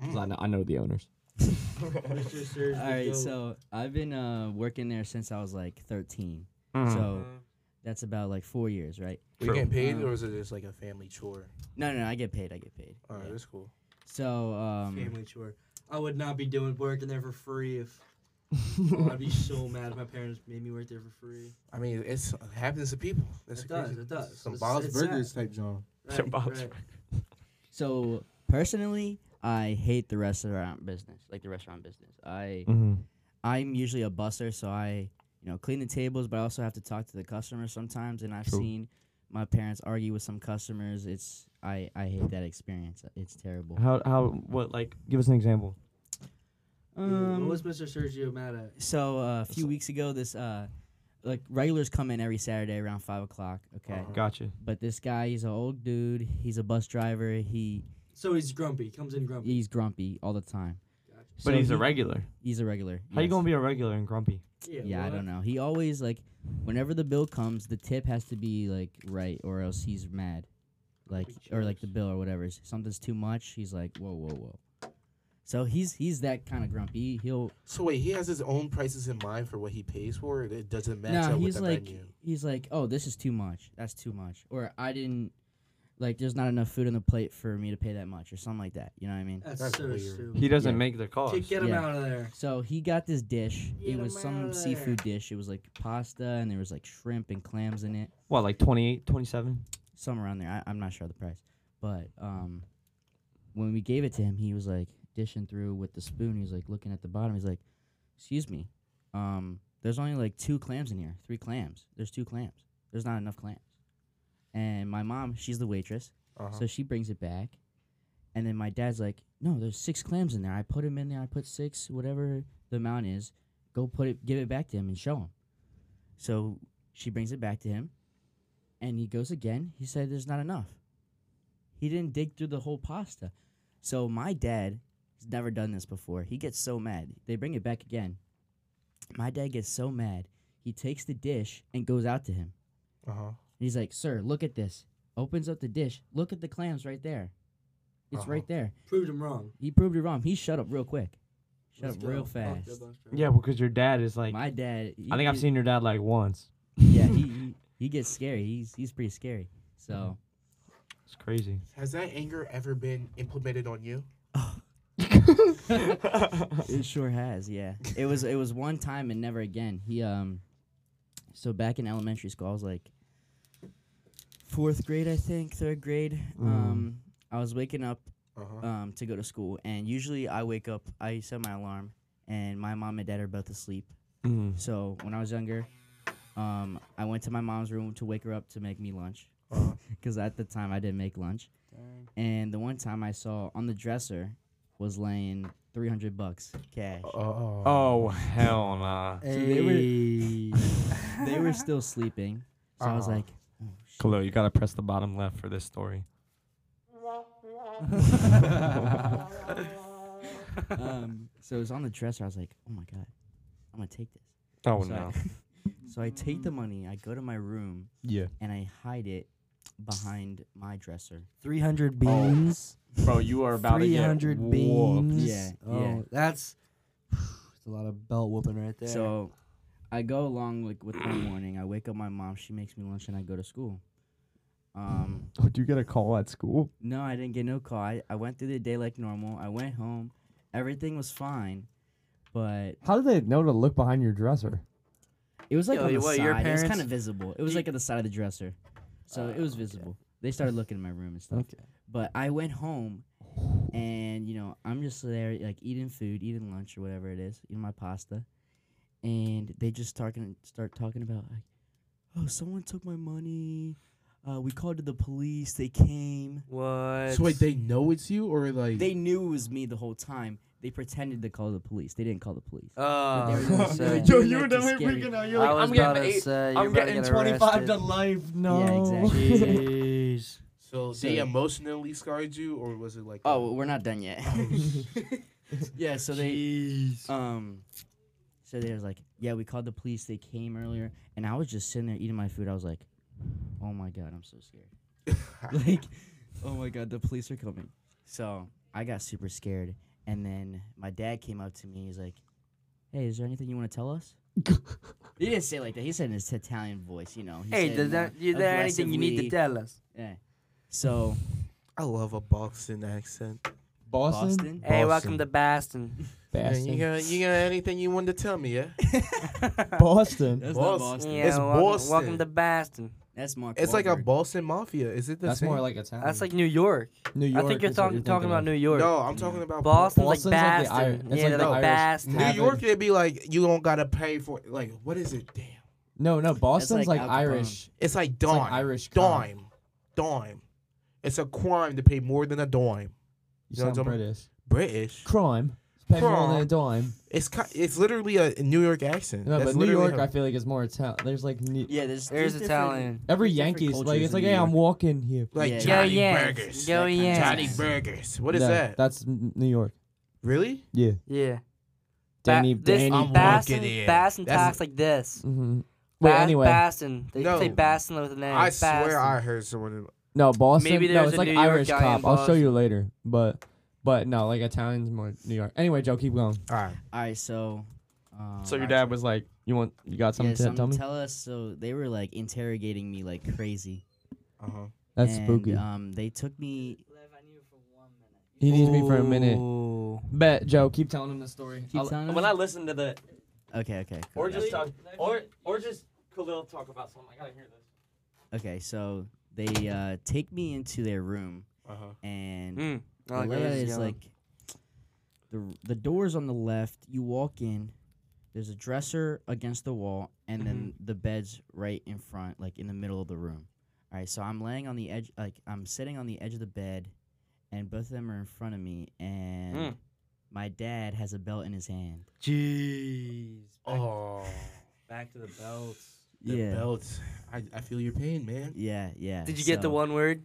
Speaker 3: 'Cause I know, I know the owners.
Speaker 4: Mm.
Speaker 2: Mr. Sears,
Speaker 8: All
Speaker 2: the
Speaker 8: right,
Speaker 2: veal.
Speaker 8: so I've been uh, working there since I was like 13.
Speaker 3: Hmm. Mm.
Speaker 8: So
Speaker 5: Uh,
Speaker 8: that's about like four years, right?
Speaker 4: Were you getting paid,
Speaker 8: Um,
Speaker 4: or is it just like a family chore?
Speaker 8: No, no, no I get paid. I get paid.
Speaker 4: All right,
Speaker 8: Yeah.
Speaker 4: that's cool.
Speaker 8: So um,
Speaker 2: family chore. I would not be doing working there for free if oh, I'd be so mad if my parents made me work there for free.
Speaker 4: I mean, it's it happens to people. That's
Speaker 2: It
Speaker 4: the crazy-
Speaker 2: does, it does.
Speaker 4: Some
Speaker 2: It's-
Speaker 4: Bob's
Speaker 2: it's
Speaker 4: Burgers type John.
Speaker 2: Right,
Speaker 3: Bob's
Speaker 2: right.
Speaker 8: so personally, I hate the restaurant business, like the restaurant business. I
Speaker 3: Mm-hmm.
Speaker 8: I'm usually a busser, so I you know clean the tables, but I also have to talk to the customers sometimes. And I've
Speaker 3: True.
Speaker 8: seen my parents argue with some customers. It's I I hate that experience. It's terrible.
Speaker 3: How how what like? Give us an example.
Speaker 8: Um,
Speaker 2: what was Mr. Sergio mad at?
Speaker 8: So uh, a few weeks ago, this uh, like regulars come in every Saturday around five o'clock.
Speaker 4: Uh-huh.
Speaker 8: Okay,
Speaker 3: Gotcha.
Speaker 8: but this guy, he's an old dude. He's a bus driver. He
Speaker 2: So he's grumpy. Comes in grumpy.
Speaker 8: he's grumpy all the time.
Speaker 2: Gotcha.
Speaker 8: So he-
Speaker 3: regular.
Speaker 8: He's a regular. yes.
Speaker 3: be a regular and grumpy?
Speaker 8: Yeah, I don't know. He always like, whenever the bill comes, the tip has to be like right, or else he's mad, like or like the bill or whatever. S- Something's too much. He's like, whoa, whoa, whoa. So he's he's that kind of grumpy. He'll
Speaker 4: So wait, he has his own prices in mind for what he pays for. It doesn't match
Speaker 8: No,
Speaker 4: up with
Speaker 8: he's
Speaker 4: the
Speaker 8: like
Speaker 4: menu.
Speaker 8: he's like, oh, this is too much. That's too much. Or I didn't like. There's not enough food on the plate for me to pay that much, or something like that. You know what I mean?
Speaker 2: That's,
Speaker 4: That's
Speaker 2: so
Speaker 4: weird.
Speaker 2: stupid.
Speaker 3: He doesn't
Speaker 8: Yeah.
Speaker 3: make the cost.
Speaker 2: Get, get him
Speaker 8: Yeah.
Speaker 2: out of there.
Speaker 8: So he got this dish.
Speaker 2: Get
Speaker 8: it was
Speaker 2: 'em
Speaker 8: some
Speaker 2: outta
Speaker 8: seafood dish. It was like pasta, and there was like shrimp and clams in it,
Speaker 3: What like 28, 27?
Speaker 8: somewhere around there. I, I'm not sure of the price, but um, when we gave it to him, he was like dishing through with the spoon. He was like looking at the bottom. He's like, "Excuse me, um, there's only like two clams in here. Three clams. There's two clams. There's not enough clams." And my mom, she's the waitress.
Speaker 4: Uh-huh.
Speaker 8: So she brings it back, and then my dad's like, "No, there's six clams in there. I put them in there. I put six, whatever the amount is. Go put it, give it back to him, and show him." So she brings it back to him, and he goes again. He said, "There's not enough." He didn't dig through the whole pasta. So my dad has never done this before. He gets so mad. They bring it back again. My dad gets so mad. He takes the dish and goes out to him.
Speaker 4: uh-huh.
Speaker 8: And he's like, Sir, look at this. Opens up the dish. Look at the clams right there. It's
Speaker 4: Uh-huh.
Speaker 8: right there.
Speaker 2: Proved him wrong.
Speaker 8: He proved it wrong. He shut up real quick. Shut
Speaker 2: Let's
Speaker 8: up
Speaker 2: go.
Speaker 8: real
Speaker 2: Fuck that
Speaker 8: fast.
Speaker 2: bus driver.
Speaker 3: Yeah, because your dad is like.
Speaker 8: My dad. he
Speaker 3: I think I've
Speaker 8: get-
Speaker 3: seen your dad like once.
Speaker 8: Yeah, he, he he gets scary. He's he's pretty scary. So
Speaker 3: It's crazy.
Speaker 4: Has that anger ever been implemented on you?
Speaker 8: it sure has. Yeah, it was it was one time and never again. He um, so back in elementary school, I was like fourth grade, I think, third grade.
Speaker 2: Mm.
Speaker 8: Um, I was waking up
Speaker 4: Uh-huh.
Speaker 8: um, to go to school. And usually I wake up, I set my alarm, and my mom and dad are both asleep.
Speaker 7: Mm-hmm.
Speaker 3: Mm.
Speaker 8: So when I was younger, um, I went to my mom's room to wake her up to make me lunch.
Speaker 4: Uh-huh.
Speaker 8: Because at the time I didn't make lunch. And the one time I saw on the dresser was laying 300 bucks cash.
Speaker 4: Oh.
Speaker 3: Oh hell nah.
Speaker 8: So they were they were still sleeping. So I was
Speaker 4: Uh-huh.
Speaker 8: like,
Speaker 3: Khalil, you gotta press the bottom left for this story.
Speaker 8: um, so it was on the dresser. I was like, oh my god, I'm gonna take this.
Speaker 3: Oh
Speaker 8: so
Speaker 3: no.
Speaker 8: I, so I take the money, I go to my room,
Speaker 3: Yeah.
Speaker 8: and I hide it behind my dresser.
Speaker 7: 300 beans.
Speaker 3: Bro, you are about to get
Speaker 7: 300
Speaker 3: whooped.
Speaker 7: beans.
Speaker 8: Yeah,
Speaker 7: Oh,
Speaker 8: yeah.
Speaker 7: That's, that's a lot of belt whooping right there.
Speaker 8: So I go along like with my morning. I wake up my mom. She makes me lunch, and I go to school. Um,
Speaker 3: Oh, do you get a call at school?
Speaker 8: No, I didn't get no call. I, I went through the day like normal. I went home. Everything was fine. But
Speaker 3: How did they know to look behind your dresser?
Speaker 8: it was like
Speaker 7: Yo,
Speaker 8: on the
Speaker 7: what,
Speaker 8: side.
Speaker 7: your
Speaker 8: it was kind
Speaker 7: parents- Oh,
Speaker 8: of visible. It was like at the side of the dresser. So it was visible. They started looking in my room and stuff.
Speaker 7: Okay.
Speaker 8: But I went home and, you know, I'm just there like eating food, eating lunch or whatever it is, eating my pasta. And they just talking start talking about like, oh, someone took my money. Uh, we called the police. They came.
Speaker 4: So wait, they know it's you, or like
Speaker 8: They knew it was me the whole time. they pretended to call the police. They didn't call the police.
Speaker 7: Oh,
Speaker 8: But
Speaker 7: I
Speaker 8: they
Speaker 7: was
Speaker 8: were
Speaker 7: gonna
Speaker 8: doing-
Speaker 7: say.
Speaker 8: they were doing, Uh, like, the scary-
Speaker 3: out.
Speaker 7: I was about to say, you're
Speaker 3: I'm
Speaker 7: about to
Speaker 3: getting
Speaker 7: get
Speaker 3: 25 to
Speaker 7: arrested.
Speaker 3: life. No.
Speaker 8: exactly.
Speaker 2: Jeez.
Speaker 4: So
Speaker 8: So-
Speaker 4: they emotionally scarred you, or was it like?
Speaker 8: Oh, we're not done yet. yeah, so they um so they was like, Yeah, we called the police, they came earlier and I was just sitting there eating my food. I was like, Oh my god, I'm so scared. like, oh my god, the police are coming. So I got super scared and then my dad came up to me, he's like, Hey, is there anything you want to tell us? he didn't say it like that. He said in his Italian voice, you know. he
Speaker 7: Hey,
Speaker 8: said
Speaker 7: does that,
Speaker 8: more
Speaker 7: is there anything you need to
Speaker 8: aggressively.
Speaker 7: tell us?
Speaker 8: Yeah. So
Speaker 4: I love a Boston accent.
Speaker 3: Boston.
Speaker 8: Boston.
Speaker 7: Hey, welcome to Boston.
Speaker 4: you
Speaker 3: Boston.
Speaker 4: got you got anything you wanted to tell me? Yeah.
Speaker 3: Boston.
Speaker 8: That's
Speaker 4: Boston.
Speaker 8: not Boston.
Speaker 7: Yeah,
Speaker 4: It's
Speaker 7: welcome,
Speaker 4: Boston.
Speaker 7: welcome to Boston.
Speaker 8: That's Mark.
Speaker 4: It's like a
Speaker 8: Wahlberg.
Speaker 4: Boston mafia. Is it the
Speaker 3: That's
Speaker 4: same?
Speaker 3: more like Italian.
Speaker 7: That's like New York.
Speaker 3: New York.
Speaker 7: I think you're,
Speaker 3: is what
Speaker 7: talking talking
Speaker 3: thinking
Speaker 7: about
Speaker 3: of.
Speaker 7: New York.
Speaker 4: No, I'm talking about
Speaker 7: Boston's,
Speaker 3: Boston's
Speaker 7: like
Speaker 3: like the
Speaker 7: Boston.
Speaker 3: Ir- it's
Speaker 7: yeah,
Speaker 3: like
Speaker 7: they're
Speaker 3: the
Speaker 7: like
Speaker 3: Irish
Speaker 7: Boston.
Speaker 4: New
Speaker 3: Having-
Speaker 4: York. It'd be like you don't gotta pay for it. like what is it? Damn.
Speaker 3: No, no. Boston's
Speaker 8: like
Speaker 3: like,
Speaker 8: Al Capone.
Speaker 3: Irish.
Speaker 4: It's like
Speaker 3: like
Speaker 4: dime.
Speaker 3: Irish cop.
Speaker 4: dime. Dime. It's a crime to pay more than a dime.
Speaker 3: You
Speaker 4: You know what
Speaker 3: sound
Speaker 4: I'm talking-
Speaker 3: British.
Speaker 4: British.
Speaker 3: Crime. Spend more than a
Speaker 4: Crime.
Speaker 3: dime.
Speaker 4: It's ki- it's literally a New York accent.
Speaker 3: No,
Speaker 4: That's
Speaker 3: but New
Speaker 4: literally
Speaker 3: York,
Speaker 4: how-
Speaker 3: I feel like is more Italian. There's like New-
Speaker 8: Yeah, there's
Speaker 7: There's
Speaker 8: there's
Speaker 7: Italian.
Speaker 3: every
Speaker 8: there's different
Speaker 3: Yankees. Like
Speaker 8: cultures
Speaker 3: it's
Speaker 8: in
Speaker 3: like,
Speaker 8: New
Speaker 3: hey, I'm
Speaker 8: York.
Speaker 3: walking here.
Speaker 4: like
Speaker 8: Yeah.
Speaker 7: Go
Speaker 4: Johnny
Speaker 7: Yanks.
Speaker 4: Burgers.
Speaker 7: Go
Speaker 8: That kind
Speaker 4: Johnny
Speaker 8: of Yes.
Speaker 7: Yanks.
Speaker 4: Burgers. What is
Speaker 3: No,
Speaker 4: that?
Speaker 3: That's N- New York.
Speaker 4: Really?
Speaker 3: Yeah.
Speaker 7: Yeah.
Speaker 3: Danny.
Speaker 7: Ba- this
Speaker 3: Danny.
Speaker 4: I'm
Speaker 3: Bass.
Speaker 7: Boston,
Speaker 4: walking in.
Speaker 7: Boston
Speaker 4: That's-
Speaker 7: talks like this.
Speaker 3: Mhm. Wait.
Speaker 7: Ba-
Speaker 3: Anyway.
Speaker 7: Boston. They
Speaker 4: No.
Speaker 7: say Boston with an A.
Speaker 4: I swear
Speaker 7: Boston.
Speaker 4: I heard someone. In-
Speaker 3: No, Boston.
Speaker 7: Maybe
Speaker 3: no,
Speaker 7: there's
Speaker 3: it's
Speaker 7: a
Speaker 3: like
Speaker 7: New York
Speaker 3: Irish
Speaker 7: guy in
Speaker 3: cop. I'll show
Speaker 7: Boston.
Speaker 3: you later. But but no, like Italians more New York. Anyway, Joe, keep going.
Speaker 4: All right.
Speaker 8: All right, so. Um,
Speaker 3: So your dad was like, "You want? You got
Speaker 8: yeah,
Speaker 3: something to
Speaker 8: something
Speaker 3: tell me?"
Speaker 8: tell us. So they were like interrogating me like crazy.
Speaker 4: Uh huh.
Speaker 3: That's
Speaker 8: and,
Speaker 3: spooky.
Speaker 8: Um, they took me.
Speaker 3: he needs me for a minute.
Speaker 7: Ooh.
Speaker 3: Bet, Joe. Keep telling him the story.
Speaker 8: Keep telling him?
Speaker 3: listen to the
Speaker 8: Okay, okay. cool,
Speaker 9: Or
Speaker 8: gotcha.
Speaker 9: just talk, or or just Khalil talk about something. I gotta hear this.
Speaker 8: Okay, so they uh, take me into their room
Speaker 4: Uh huh.
Speaker 8: and
Speaker 7: Mm. I
Speaker 8: the
Speaker 7: like where
Speaker 8: layout
Speaker 7: this
Speaker 8: is
Speaker 7: is going.
Speaker 8: like the the doors on the left. You walk in. There's a dresser against the wall, and then
Speaker 7: Mm-hmm.
Speaker 8: the beds right in front, like in the middle of the room. All right, so I'm laying on the edge, like I'm sitting on the edge of the bed, and both of them are in front of me, and
Speaker 7: Mm.
Speaker 8: my dad has a belt in his hand.
Speaker 2: Jeez. Back,
Speaker 4: Oh,
Speaker 2: back to the belts.
Speaker 4: the
Speaker 8: yeah,
Speaker 4: belt. I, I feel your pain, man.
Speaker 8: yeah, yeah.
Speaker 7: Did you get the
Speaker 8: so,
Speaker 7: one word?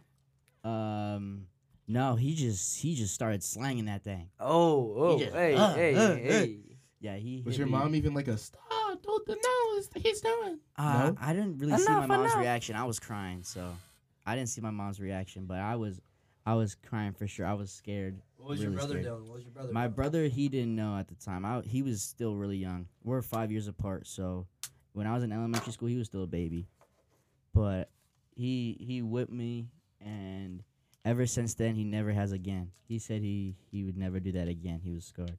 Speaker 8: Um, no, he just he just started slanging that thing.
Speaker 7: Oh, oh,
Speaker 8: just,
Speaker 7: hey,
Speaker 8: uh,
Speaker 7: hey,
Speaker 8: uh,
Speaker 7: hey.
Speaker 8: Yeah, he.
Speaker 4: Was
Speaker 8: hit
Speaker 4: your
Speaker 8: me.
Speaker 4: mom even like a stop? Don't know. He's doing.
Speaker 8: Uh,
Speaker 4: No?
Speaker 8: I didn't really see my
Speaker 7: Enough,
Speaker 8: mom's
Speaker 7: enough.
Speaker 8: reaction. I was crying, so I didn't see my mom's reaction, but I was, I was crying for sure. I was scared.
Speaker 2: What was
Speaker 8: Really
Speaker 2: your brother
Speaker 8: scared.
Speaker 2: doing? What was your brother?
Speaker 8: My
Speaker 2: doing?
Speaker 8: brother, he didn't know at the time. I, he was still really young. We're five years apart, so when I was in elementary school, he was still a baby. But he he whipped me, and ever since then, he never has again. He said he he would never do that again. He was scarred.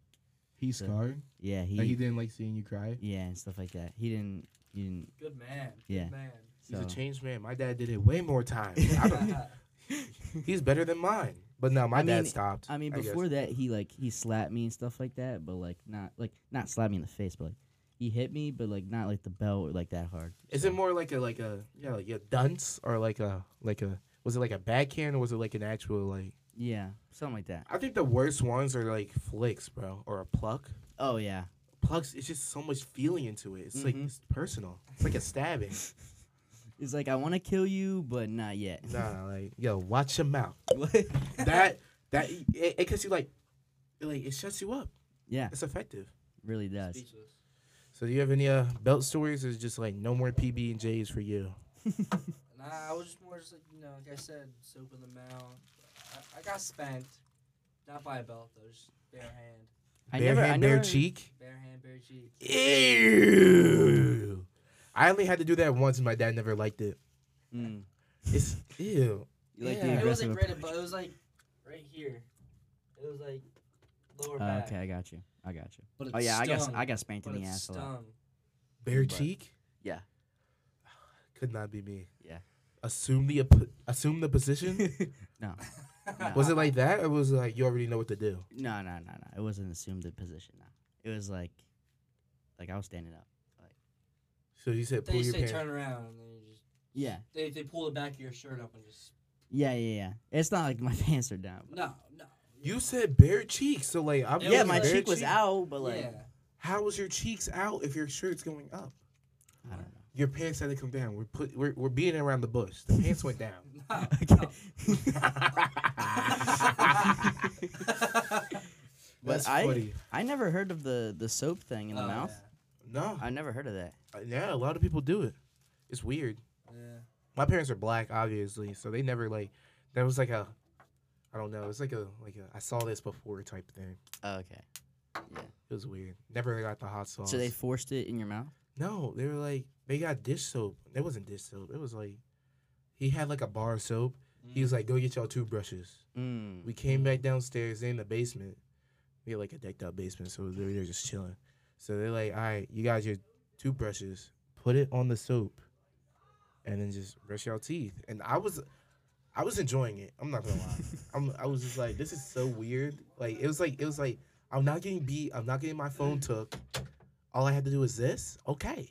Speaker 4: He's scarred.
Speaker 8: Yeah, he,
Speaker 4: Like he didn't like seeing you cry.
Speaker 8: yeah and stuff like that. He didn't he didn't.
Speaker 2: Good man.
Speaker 8: Yeah.
Speaker 2: Good man.
Speaker 8: So.
Speaker 4: He's a changed man. My dad did it way more times. I don't- he's better than mine. But no, my
Speaker 8: I
Speaker 4: dad
Speaker 8: mean-
Speaker 4: stopped.
Speaker 8: I mean,
Speaker 4: guess.
Speaker 8: before that, he like he slapped me and stuff like that, but like not like not slapped me in the face, but like he hit me, but like not like the bell or like that hard.
Speaker 4: Is it more like a like a yeah like a dunce or like a like a was it like a backhand or was it like an actual like
Speaker 8: Yeah, something like that.
Speaker 4: I think the worst ones are like flicks, bro, or a pluck.
Speaker 8: Oh yeah,
Speaker 4: Plucks, it's just so much feeling into it. It's like
Speaker 8: Mhm.
Speaker 4: it's personal. It's like a stabbing.
Speaker 8: it's like I want to kill you, but not yet.
Speaker 4: nah, like yo, watch your mouth. that that it, it gets you like it, like it shuts you up.
Speaker 8: yeah,
Speaker 4: It's effective.
Speaker 8: really does.
Speaker 2: Speechless.
Speaker 4: So do you have any uh, belt stories? Or is it just like no more PB and J's for you?
Speaker 2: Nah, I was just more just like you know, like I said, soap in the mouth. I, I got spanked, not by a belt though, just bare hand,
Speaker 8: I
Speaker 4: bare
Speaker 8: never,
Speaker 4: hand,
Speaker 8: I
Speaker 4: bare
Speaker 8: never,
Speaker 4: cheek.
Speaker 2: bare hand, bare cheek.
Speaker 4: Ew. I only had to do that once, and my dad never liked it.
Speaker 8: Mm,
Speaker 4: It's ew.
Speaker 8: you like
Speaker 4: Yeah.
Speaker 2: It was
Speaker 8: the
Speaker 2: like
Speaker 8: aggressive.
Speaker 2: right above. It was like right here. It was like lower
Speaker 8: appro-
Speaker 2: back.
Speaker 8: Oh, okay, I got you. I got you.
Speaker 2: But it
Speaker 8: Oh yeah, I got s-
Speaker 2: stung,
Speaker 8: I got spanked
Speaker 2: but
Speaker 8: in the
Speaker 2: it
Speaker 8: ass. a lot.
Speaker 2: stung.
Speaker 4: Bare
Speaker 8: But-
Speaker 4: cheek.
Speaker 8: yeah.
Speaker 4: Could not be me.
Speaker 8: Yeah.
Speaker 4: Assume the op- assume the position.
Speaker 8: No,
Speaker 4: was it like that, or was it like you already know what to do?
Speaker 8: no, no, no, no. It wasn't assumed the position. No, it was like, like I was standing up.
Speaker 4: So you said pull
Speaker 2: They
Speaker 4: your
Speaker 2: say
Speaker 4: pants.
Speaker 2: turn around, and then you just
Speaker 8: Yeah,
Speaker 2: they they pull the back of your shirt up and just
Speaker 8: yeah, yeah, yeah. It's not like my pants are down. but-
Speaker 2: no, no,
Speaker 4: You said bare cheeks, so like I'm
Speaker 10: Yeah,
Speaker 8: Yeah,
Speaker 4: thinking
Speaker 8: my
Speaker 4: bare
Speaker 8: cheek was out, but like,
Speaker 10: yeah.
Speaker 4: How was your cheeks out if your shirt's going up?
Speaker 11: I don't know.
Speaker 4: Your pants had to come down. We're put. We're, we're beating around the bush. The pants went down.
Speaker 10: No,
Speaker 4: That's
Speaker 8: I-
Speaker 4: funny.
Speaker 8: I never heard of the the soap thing in the
Speaker 10: Oh,
Speaker 8: mouth.
Speaker 4: No,
Speaker 8: I never heard of that.
Speaker 4: yeah, a lot of people do it. It's weird.
Speaker 10: Yeah. yeah.
Speaker 4: my parents are black, obviously, so they never like. That was like a, I don't know. It's like a like a I saw this before type thing.
Speaker 8: Oh, okay.
Speaker 4: It was weird. Never got the hot sauce.
Speaker 8: So they forced it in your mouth.
Speaker 4: no, they were like they got dish soap. It wasn't dish soap. It was like he had like a bar of soap. He was like, "Go get y'all toothbrushes."
Speaker 8: Mm.
Speaker 4: We came back downstairs they in the basement. We had like a decked out basement, so they were just chilling. So they're like, all right, you guys, your toothbrushes, put it on the soap, and then just brush your teeth. And I was, I was enjoying it. I'm not gonna lie. I'm, I was just like, this is so weird. Like it was like it was like I'm not getting beat. I'm not getting my phone took. All I had to do was this. Okay.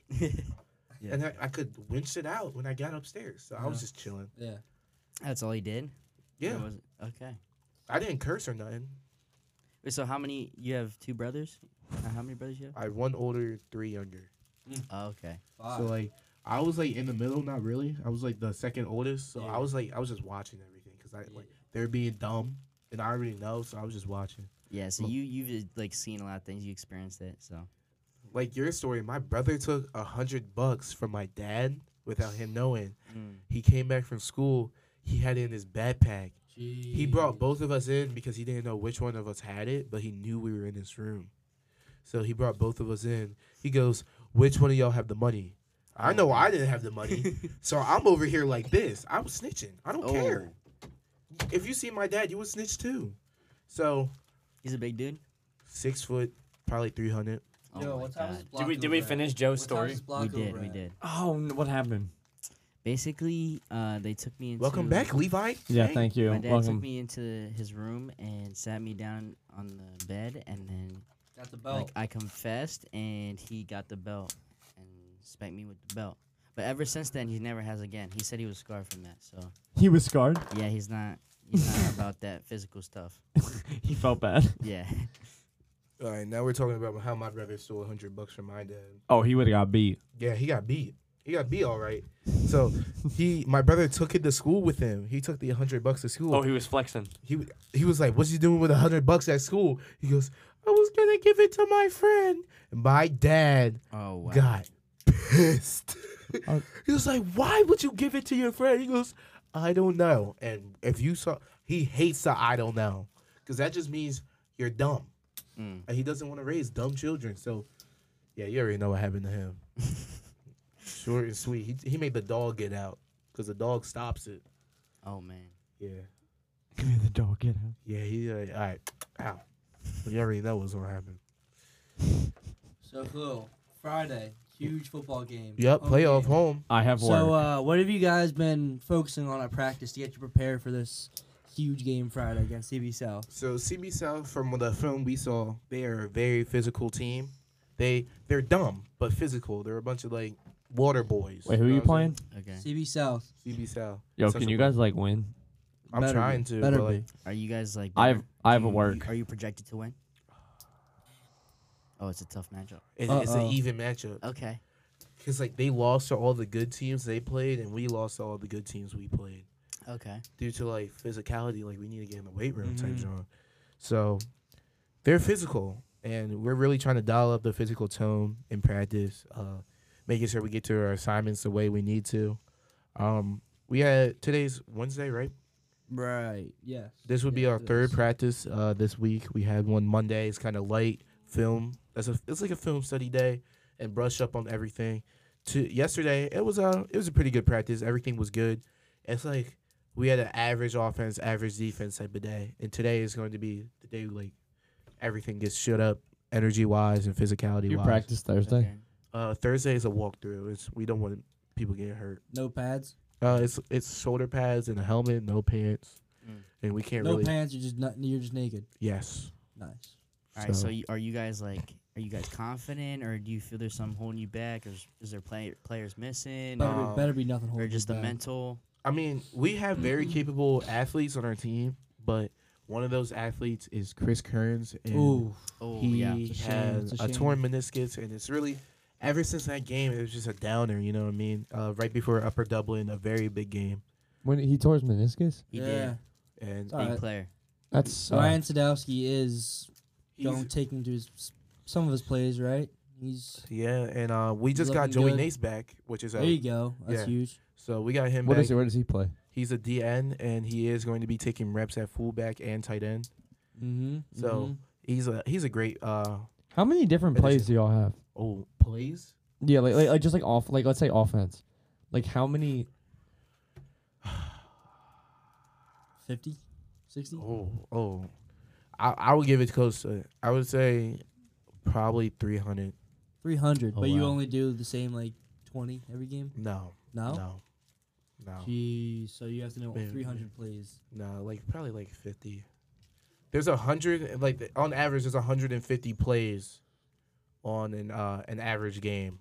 Speaker 4: And I, I could winch it out when I got upstairs. So I was just chilling.
Speaker 10: Yeah.
Speaker 8: That's all he did. That
Speaker 4: Yeah.
Speaker 8: was- okay.
Speaker 4: I didn't curse or nothing.
Speaker 8: Wait, so how many? You have two brothers. Uh, how many brothers you have?
Speaker 4: I had one older, three younger.
Speaker 8: Oh, okay.
Speaker 10: Fuck.
Speaker 4: So like I was like in the middle, not really. I was like the second oldest, so
Speaker 10: Yeah.
Speaker 4: I was like I was just watching everything because I like they're being dumb, and I already know, so I was just watching.
Speaker 8: Yeah. So
Speaker 4: Well-
Speaker 8: you you've uh, like seen a lot of things. You experienced it. So.
Speaker 4: Like your story, my brother took a hundred bucks from my dad without him knowing.
Speaker 8: Mm.
Speaker 4: He came back from school. He had it in his backpack. He brought both of us in because he didn't know which one of us had it, but he knew we were in this room. So he brought both of us in. He goes, Which one of y'all have the money? I know I didn't have the money. so I'm over here like this. I was snitching. I don't care. If you see my dad, you would snitch too. So
Speaker 8: He's a big dude.
Speaker 4: six foot, probably 300.
Speaker 8: Oh
Speaker 10: Yo,
Speaker 8: my
Speaker 10: what time is
Speaker 12: Did we
Speaker 8: God.
Speaker 10: Blanco
Speaker 12: did we
Speaker 10: Red?
Speaker 12: finish
Speaker 10: What
Speaker 12: Joe's
Speaker 10: time
Speaker 12: story?
Speaker 10: is
Speaker 8: We
Speaker 10: Blanco
Speaker 8: did. We
Speaker 10: Red?
Speaker 8: did.
Speaker 3: Oh, n- what happened?
Speaker 8: Basically, uh, they took me into.
Speaker 4: Welcome back, Levi.
Speaker 3: Yeah,
Speaker 4: Dang.
Speaker 3: thank you.
Speaker 8: My dad took
Speaker 3: Welcome.
Speaker 8: me into his room and sat me down on the bed, and then
Speaker 10: Got the
Speaker 5: Oh.
Speaker 10: belt.
Speaker 8: like I confessed, and he got the belt and spanked me with the belt. But ever since then, he never has again. He said he was scarred from that. So
Speaker 3: He was scarred.
Speaker 8: yeah, he's not he's not about that physical stuff.
Speaker 3: he felt bad.
Speaker 8: Yeah,
Speaker 4: All right, now we're talking about how my brother stole 100 bucks from my dad.
Speaker 3: Oh, he would have got beat.
Speaker 4: Yeah, he got beat. He got beat all right. So he, my brother, took it to school with him. He took the hundred bucks to school.
Speaker 12: Oh, he was flexing.
Speaker 4: he he was like, "What's he doing with a hundred bucks at school?" He goes, "I was gonna give it to my friend." My dad
Speaker 8: Oh wow.
Speaker 4: got pissed.
Speaker 3: Uh,
Speaker 5: Oh.
Speaker 4: he was like, "Why would you give it to your friend?" He goes, "I don't know." And if you saw, he hates the "I don't know" because that just means you're dumb,
Speaker 8: Mm.
Speaker 4: and he doesn't want to raise dumb children. So, yeah, you already know what happened to him. Short and sweet. He he made the dog get out because the dog stops it.
Speaker 8: Oh man.
Speaker 4: Yeah.
Speaker 3: Give me the dog. Get out.
Speaker 4: Yeah, he like, all right, ow. You already know what's gonna happen.
Speaker 10: So cool. Friday, huge football game.
Speaker 4: Yep,
Speaker 10: Home
Speaker 4: playoff
Speaker 10: game.
Speaker 4: home.
Speaker 3: I have work.
Speaker 5: So, uh, what have you guys been focusing on at practice to get you prepared for this huge game Friday against CB South?
Speaker 4: So CB South, from the film we saw, they are a very physical team. They they're dumb but physical. They're a bunch of like water boys.
Speaker 3: Wait, who are you
Speaker 4: know what I'm
Speaker 3: playing?
Speaker 8: Okay.
Speaker 5: CB South.
Speaker 4: saying? CB South.
Speaker 3: Yo,
Speaker 4: Central
Speaker 3: can you guys like win?
Speaker 4: I'm
Speaker 5: Better be.
Speaker 4: trying to,
Speaker 5: Better
Speaker 4: but,
Speaker 5: be.
Speaker 4: like-
Speaker 8: Are you guys like?
Speaker 3: I have
Speaker 8: better?
Speaker 3: I have a
Speaker 8: Do you-
Speaker 3: work.
Speaker 8: Are you projected to win? Oh, it's a tough matchup.
Speaker 4: It's, it's an
Speaker 5: Uh-oh.
Speaker 4: even matchup
Speaker 8: Okay.
Speaker 4: because like they lost to all the good teams they played, and we lost to all the good teams we played
Speaker 8: Okay.
Speaker 4: due to like physicality. Like we need to get in the weight room type
Speaker 13: Mhm.
Speaker 4: zone. So they're physical, and we're really trying to dial up the physical tone in practice, uh, making sure we get to our assignments the way we need to. Um, we had today's Wednesday, right?
Speaker 5: Right. Yes.
Speaker 4: This would be
Speaker 5: Yes,
Speaker 4: our
Speaker 5: it
Speaker 4: third
Speaker 5: is.
Speaker 4: practice uh, this week. We had one Monday. It's kind of light film. That's a it's like a film study day and brush up on everything. To yesterday, it was a it was a pretty good practice. Everything was good. It's like we had an average offense, average defense type of day. And today is going to be the day like everything gets shut up, energy wise and physicality
Speaker 3: You
Speaker 4: wise.
Speaker 3: practice Thursday.
Speaker 8: Okay.
Speaker 4: Uh, Thursday is a walkthrough. It's we don't want people getting hurt.
Speaker 5: No pads.
Speaker 4: Uh, it's it's shoulder pads and a helmet, no pants,
Speaker 8: Mm.
Speaker 4: and we can't
Speaker 5: No
Speaker 4: really.
Speaker 5: pants. You're just not, you're just naked.
Speaker 4: yes.
Speaker 5: Nice.
Speaker 8: All right, so,
Speaker 4: So-
Speaker 8: you, are you guys like, are you guys confident, or do you feel there's some holding you back, or is, is there play, players missing,
Speaker 5: Better,
Speaker 4: No.
Speaker 5: be, better be nothing
Speaker 8: or
Speaker 5: holding.
Speaker 8: just
Speaker 5: you
Speaker 8: the
Speaker 5: back.
Speaker 8: mental?
Speaker 4: I mean, we have very capable athletes on our team, but One of those athletes is Chris Kearns, and
Speaker 5: Ooh,
Speaker 8: Oh
Speaker 4: he
Speaker 8: yeah.
Speaker 7: a shame,
Speaker 4: has
Speaker 7: it's a
Speaker 4: a, torn meniscus, and it's really ever since that game, it was just a downer. You know what I mean? Uh, right before Upper Dublin, a very big game,
Speaker 7: When he tore his meniscus,
Speaker 8: He
Speaker 5: yeah.
Speaker 8: did.
Speaker 4: and
Speaker 5: All
Speaker 8: Big
Speaker 5: right.
Speaker 8: player.
Speaker 7: that's
Speaker 5: So
Speaker 7: so.
Speaker 5: Ryan Sadowski is
Speaker 4: he's-
Speaker 5: going taking to his some of his plays, right? He's
Speaker 4: yeah, and uh, we just got
Speaker 5: Looking
Speaker 4: Joey
Speaker 5: good.
Speaker 4: Nace back, which is
Speaker 5: there.
Speaker 4: a,
Speaker 5: You go. That's
Speaker 4: yeah.
Speaker 5: huge.
Speaker 4: so we got him
Speaker 7: What
Speaker 4: back.
Speaker 7: is it? Where does he play?
Speaker 4: He's a DN, and he is going to be taking reps at fullback and tight end.
Speaker 5: Mm-hmm.
Speaker 4: So he's a he's a great uh
Speaker 7: How many different
Speaker 4: Finish
Speaker 7: plays do y'all have?
Speaker 4: oh plays.
Speaker 7: Yeah, like, like like just like off like let's say offense. Like how many?
Speaker 5: 50, 60?
Speaker 4: Oh oh, I I would give it close to I would say probably three hundred.
Speaker 5: 300.
Speaker 7: Oh,
Speaker 5: but you
Speaker 7: wow.
Speaker 5: only do the same like 20 every game?
Speaker 4: No
Speaker 5: No?
Speaker 4: no no
Speaker 5: Jeez, so you have to know
Speaker 4: Maybe,
Speaker 5: 300 plays.
Speaker 4: no like probably like fifty. There's a hundred like the- on average there's hundred and fifty plays on an uh an average game.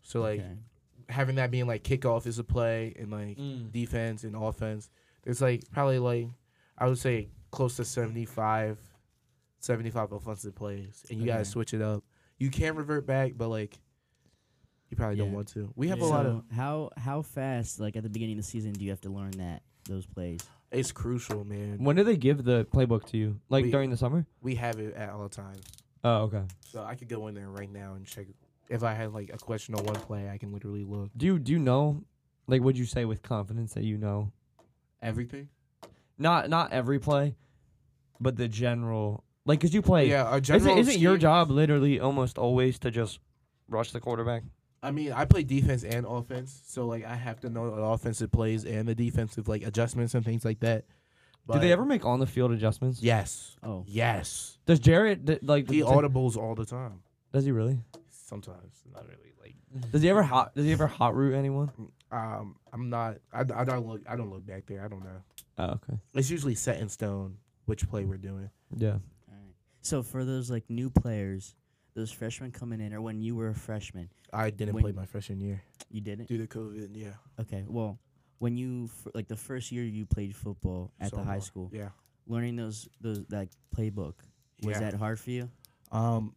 Speaker 4: So like
Speaker 8: Okay.
Speaker 4: having that being like kickoff is a play and like
Speaker 5: Mm.
Speaker 4: defense and offense. There's like probably like I would say close to 75, 75 offensive plays, and you gotta
Speaker 8: Okay.
Speaker 4: switch it up. You can revert back, but like you probably don't
Speaker 8: Yeah.
Speaker 4: want to. We have a
Speaker 5: Yeah.
Speaker 4: lot of
Speaker 8: So, how how fast like at the beginning of the season do you have to learn that those plays?
Speaker 4: it's crucial, man.
Speaker 7: When do they give the playbook to you? Like
Speaker 4: We-
Speaker 7: during the summer?
Speaker 4: We have it at all times,
Speaker 7: Oh, okay.
Speaker 4: so I could go in there right now and check. If I had like a question on one play, I can literally look
Speaker 7: Do you do you know? Like, would you say with confidence that you know?
Speaker 4: everything.
Speaker 7: Not not every play, but the general. Like, cause you play.
Speaker 4: yeah, our
Speaker 7: Is
Speaker 4: general.
Speaker 7: it, is it your
Speaker 4: scheme-
Speaker 7: job literally almost always to just rush the quarterback?
Speaker 4: I mean, I play defense and offense, so like I have to know the offensive plays and the defensive like adjustments and things like that.
Speaker 7: do
Speaker 4: But-
Speaker 7: they ever make on the field adjustments?
Speaker 4: Yes.
Speaker 8: Oh.
Speaker 4: Yes.
Speaker 7: Does Jarrett d- like
Speaker 4: He
Speaker 7: d-
Speaker 4: audibles all the time.
Speaker 7: Does he really?
Speaker 4: Sometimes, not really. Like,
Speaker 7: Does he ever hot? Does he ever hot root anyone?
Speaker 4: um, I'm not. I, I don't look. I don't look back there. I don't know.
Speaker 7: Oh, okay.
Speaker 4: It's usually set in stone which play we're doing.
Speaker 7: Yeah.
Speaker 8: Alright. So for those like new players, those freshmen coming in, or when you were a freshman,
Speaker 4: I didn't
Speaker 8: When-
Speaker 4: play my freshman year
Speaker 8: you didn't.
Speaker 4: due to COVID. Yeah.
Speaker 8: Okay, well, when you fir- like the first year you played football at the
Speaker 4: Sophomore.
Speaker 8: high school,
Speaker 4: Yeah.
Speaker 8: learning those those that playbook was
Speaker 4: yeah.
Speaker 8: that hard for you?
Speaker 4: Um,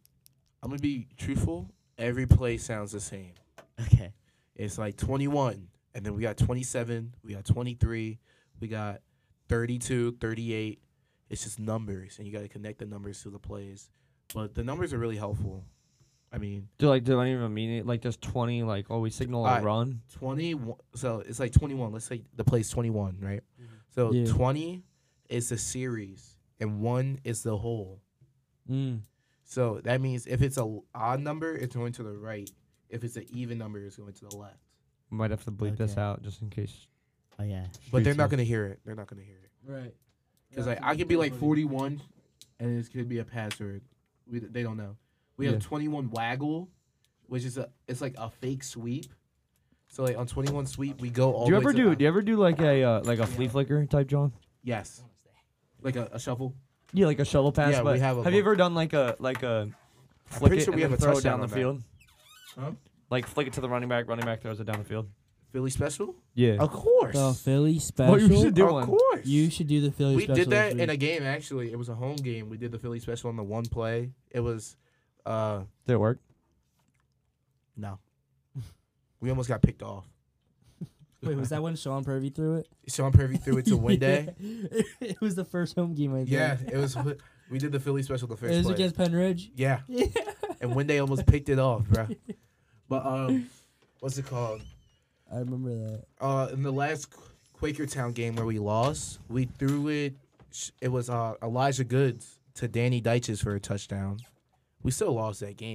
Speaker 4: I'm gonna be truthful. Every play sounds the same.
Speaker 8: Okay.
Speaker 4: It's like 21, and then we got 27, we got 23, we got 32, 38. It's just numbers, and you got to connect the numbers to the plays. But the numbers are really helpful. I mean,
Speaker 7: Do like do I even mean it? Like does twenty like always signal
Speaker 4: Alright.
Speaker 7: a run?
Speaker 4: 21. So it's like 21. Let's say the play's 21, right? So
Speaker 7: Yeah.
Speaker 4: 20 is the series, and one is the whole.
Speaker 7: Mm.
Speaker 4: So that means if it's a odd number, it's going to the right. If it's an even number, it's going to the left.
Speaker 7: Might have to bleep this
Speaker 8: Okay.
Speaker 7: out just in case.
Speaker 8: Oh yeah.
Speaker 4: But they're
Speaker 7: Streets
Speaker 4: not
Speaker 7: are-
Speaker 4: going to hear it. They're not going to hear it.
Speaker 5: Right.
Speaker 4: Because like I could be like 41, and this could be a password. We they don't know. We
Speaker 7: Yeah.
Speaker 4: have 21 waggle, which is a it's like a fake sweep. So like on 21 sweep we go all.
Speaker 7: Do
Speaker 4: the
Speaker 7: you
Speaker 4: way
Speaker 7: ever
Speaker 4: to
Speaker 7: do?
Speaker 4: the-
Speaker 7: Do you ever do like a uh, like a flea flicker type, John?
Speaker 4: Yes. Like a, a shuffle.
Speaker 7: Yeah, like a shovel pass.
Speaker 4: Yeah, we
Speaker 7: but
Speaker 4: have a
Speaker 7: you
Speaker 4: bu-
Speaker 7: ever done like a like a flick
Speaker 4: pretty
Speaker 7: it
Speaker 4: sure we
Speaker 7: and
Speaker 4: have
Speaker 7: then
Speaker 4: a
Speaker 7: throw it
Speaker 4: touchdown
Speaker 7: down the
Speaker 4: on that.
Speaker 7: field?
Speaker 4: Huh?
Speaker 7: Like flick it to the running back, running back throws it down the field.
Speaker 4: Philly special.
Speaker 7: Yeah.
Speaker 4: Of course.
Speaker 5: The Philly special.
Speaker 7: Well, you should do
Speaker 4: of
Speaker 7: one.
Speaker 4: course.
Speaker 5: You should do the Philly
Speaker 4: we
Speaker 5: special.
Speaker 4: did that
Speaker 5: this
Speaker 4: in a
Speaker 5: week.
Speaker 4: game actually. It was a home game. We did the Philly special on the one play. It was, uh,
Speaker 7: Did it work?
Speaker 4: no. we almost got picked off.
Speaker 5: Wait, was that when Sean Purvey threw it?
Speaker 4: Sean Pervy threw it to Winday.
Speaker 5: Yeah. it was the first home game I think.
Speaker 4: Yeah, it was. We did the Philly special the first.
Speaker 5: It was
Speaker 4: play.
Speaker 5: against Penridge.
Speaker 4: Yeah. and Wendy almost picked it off, bro. But um, what's it called?
Speaker 5: I remember that.
Speaker 4: Uh, in the last Qu- Quakertown game where we lost, we threw it. sh- It was uh Elijah Goods to Danny Deitches for a touchdown. We still lost that game.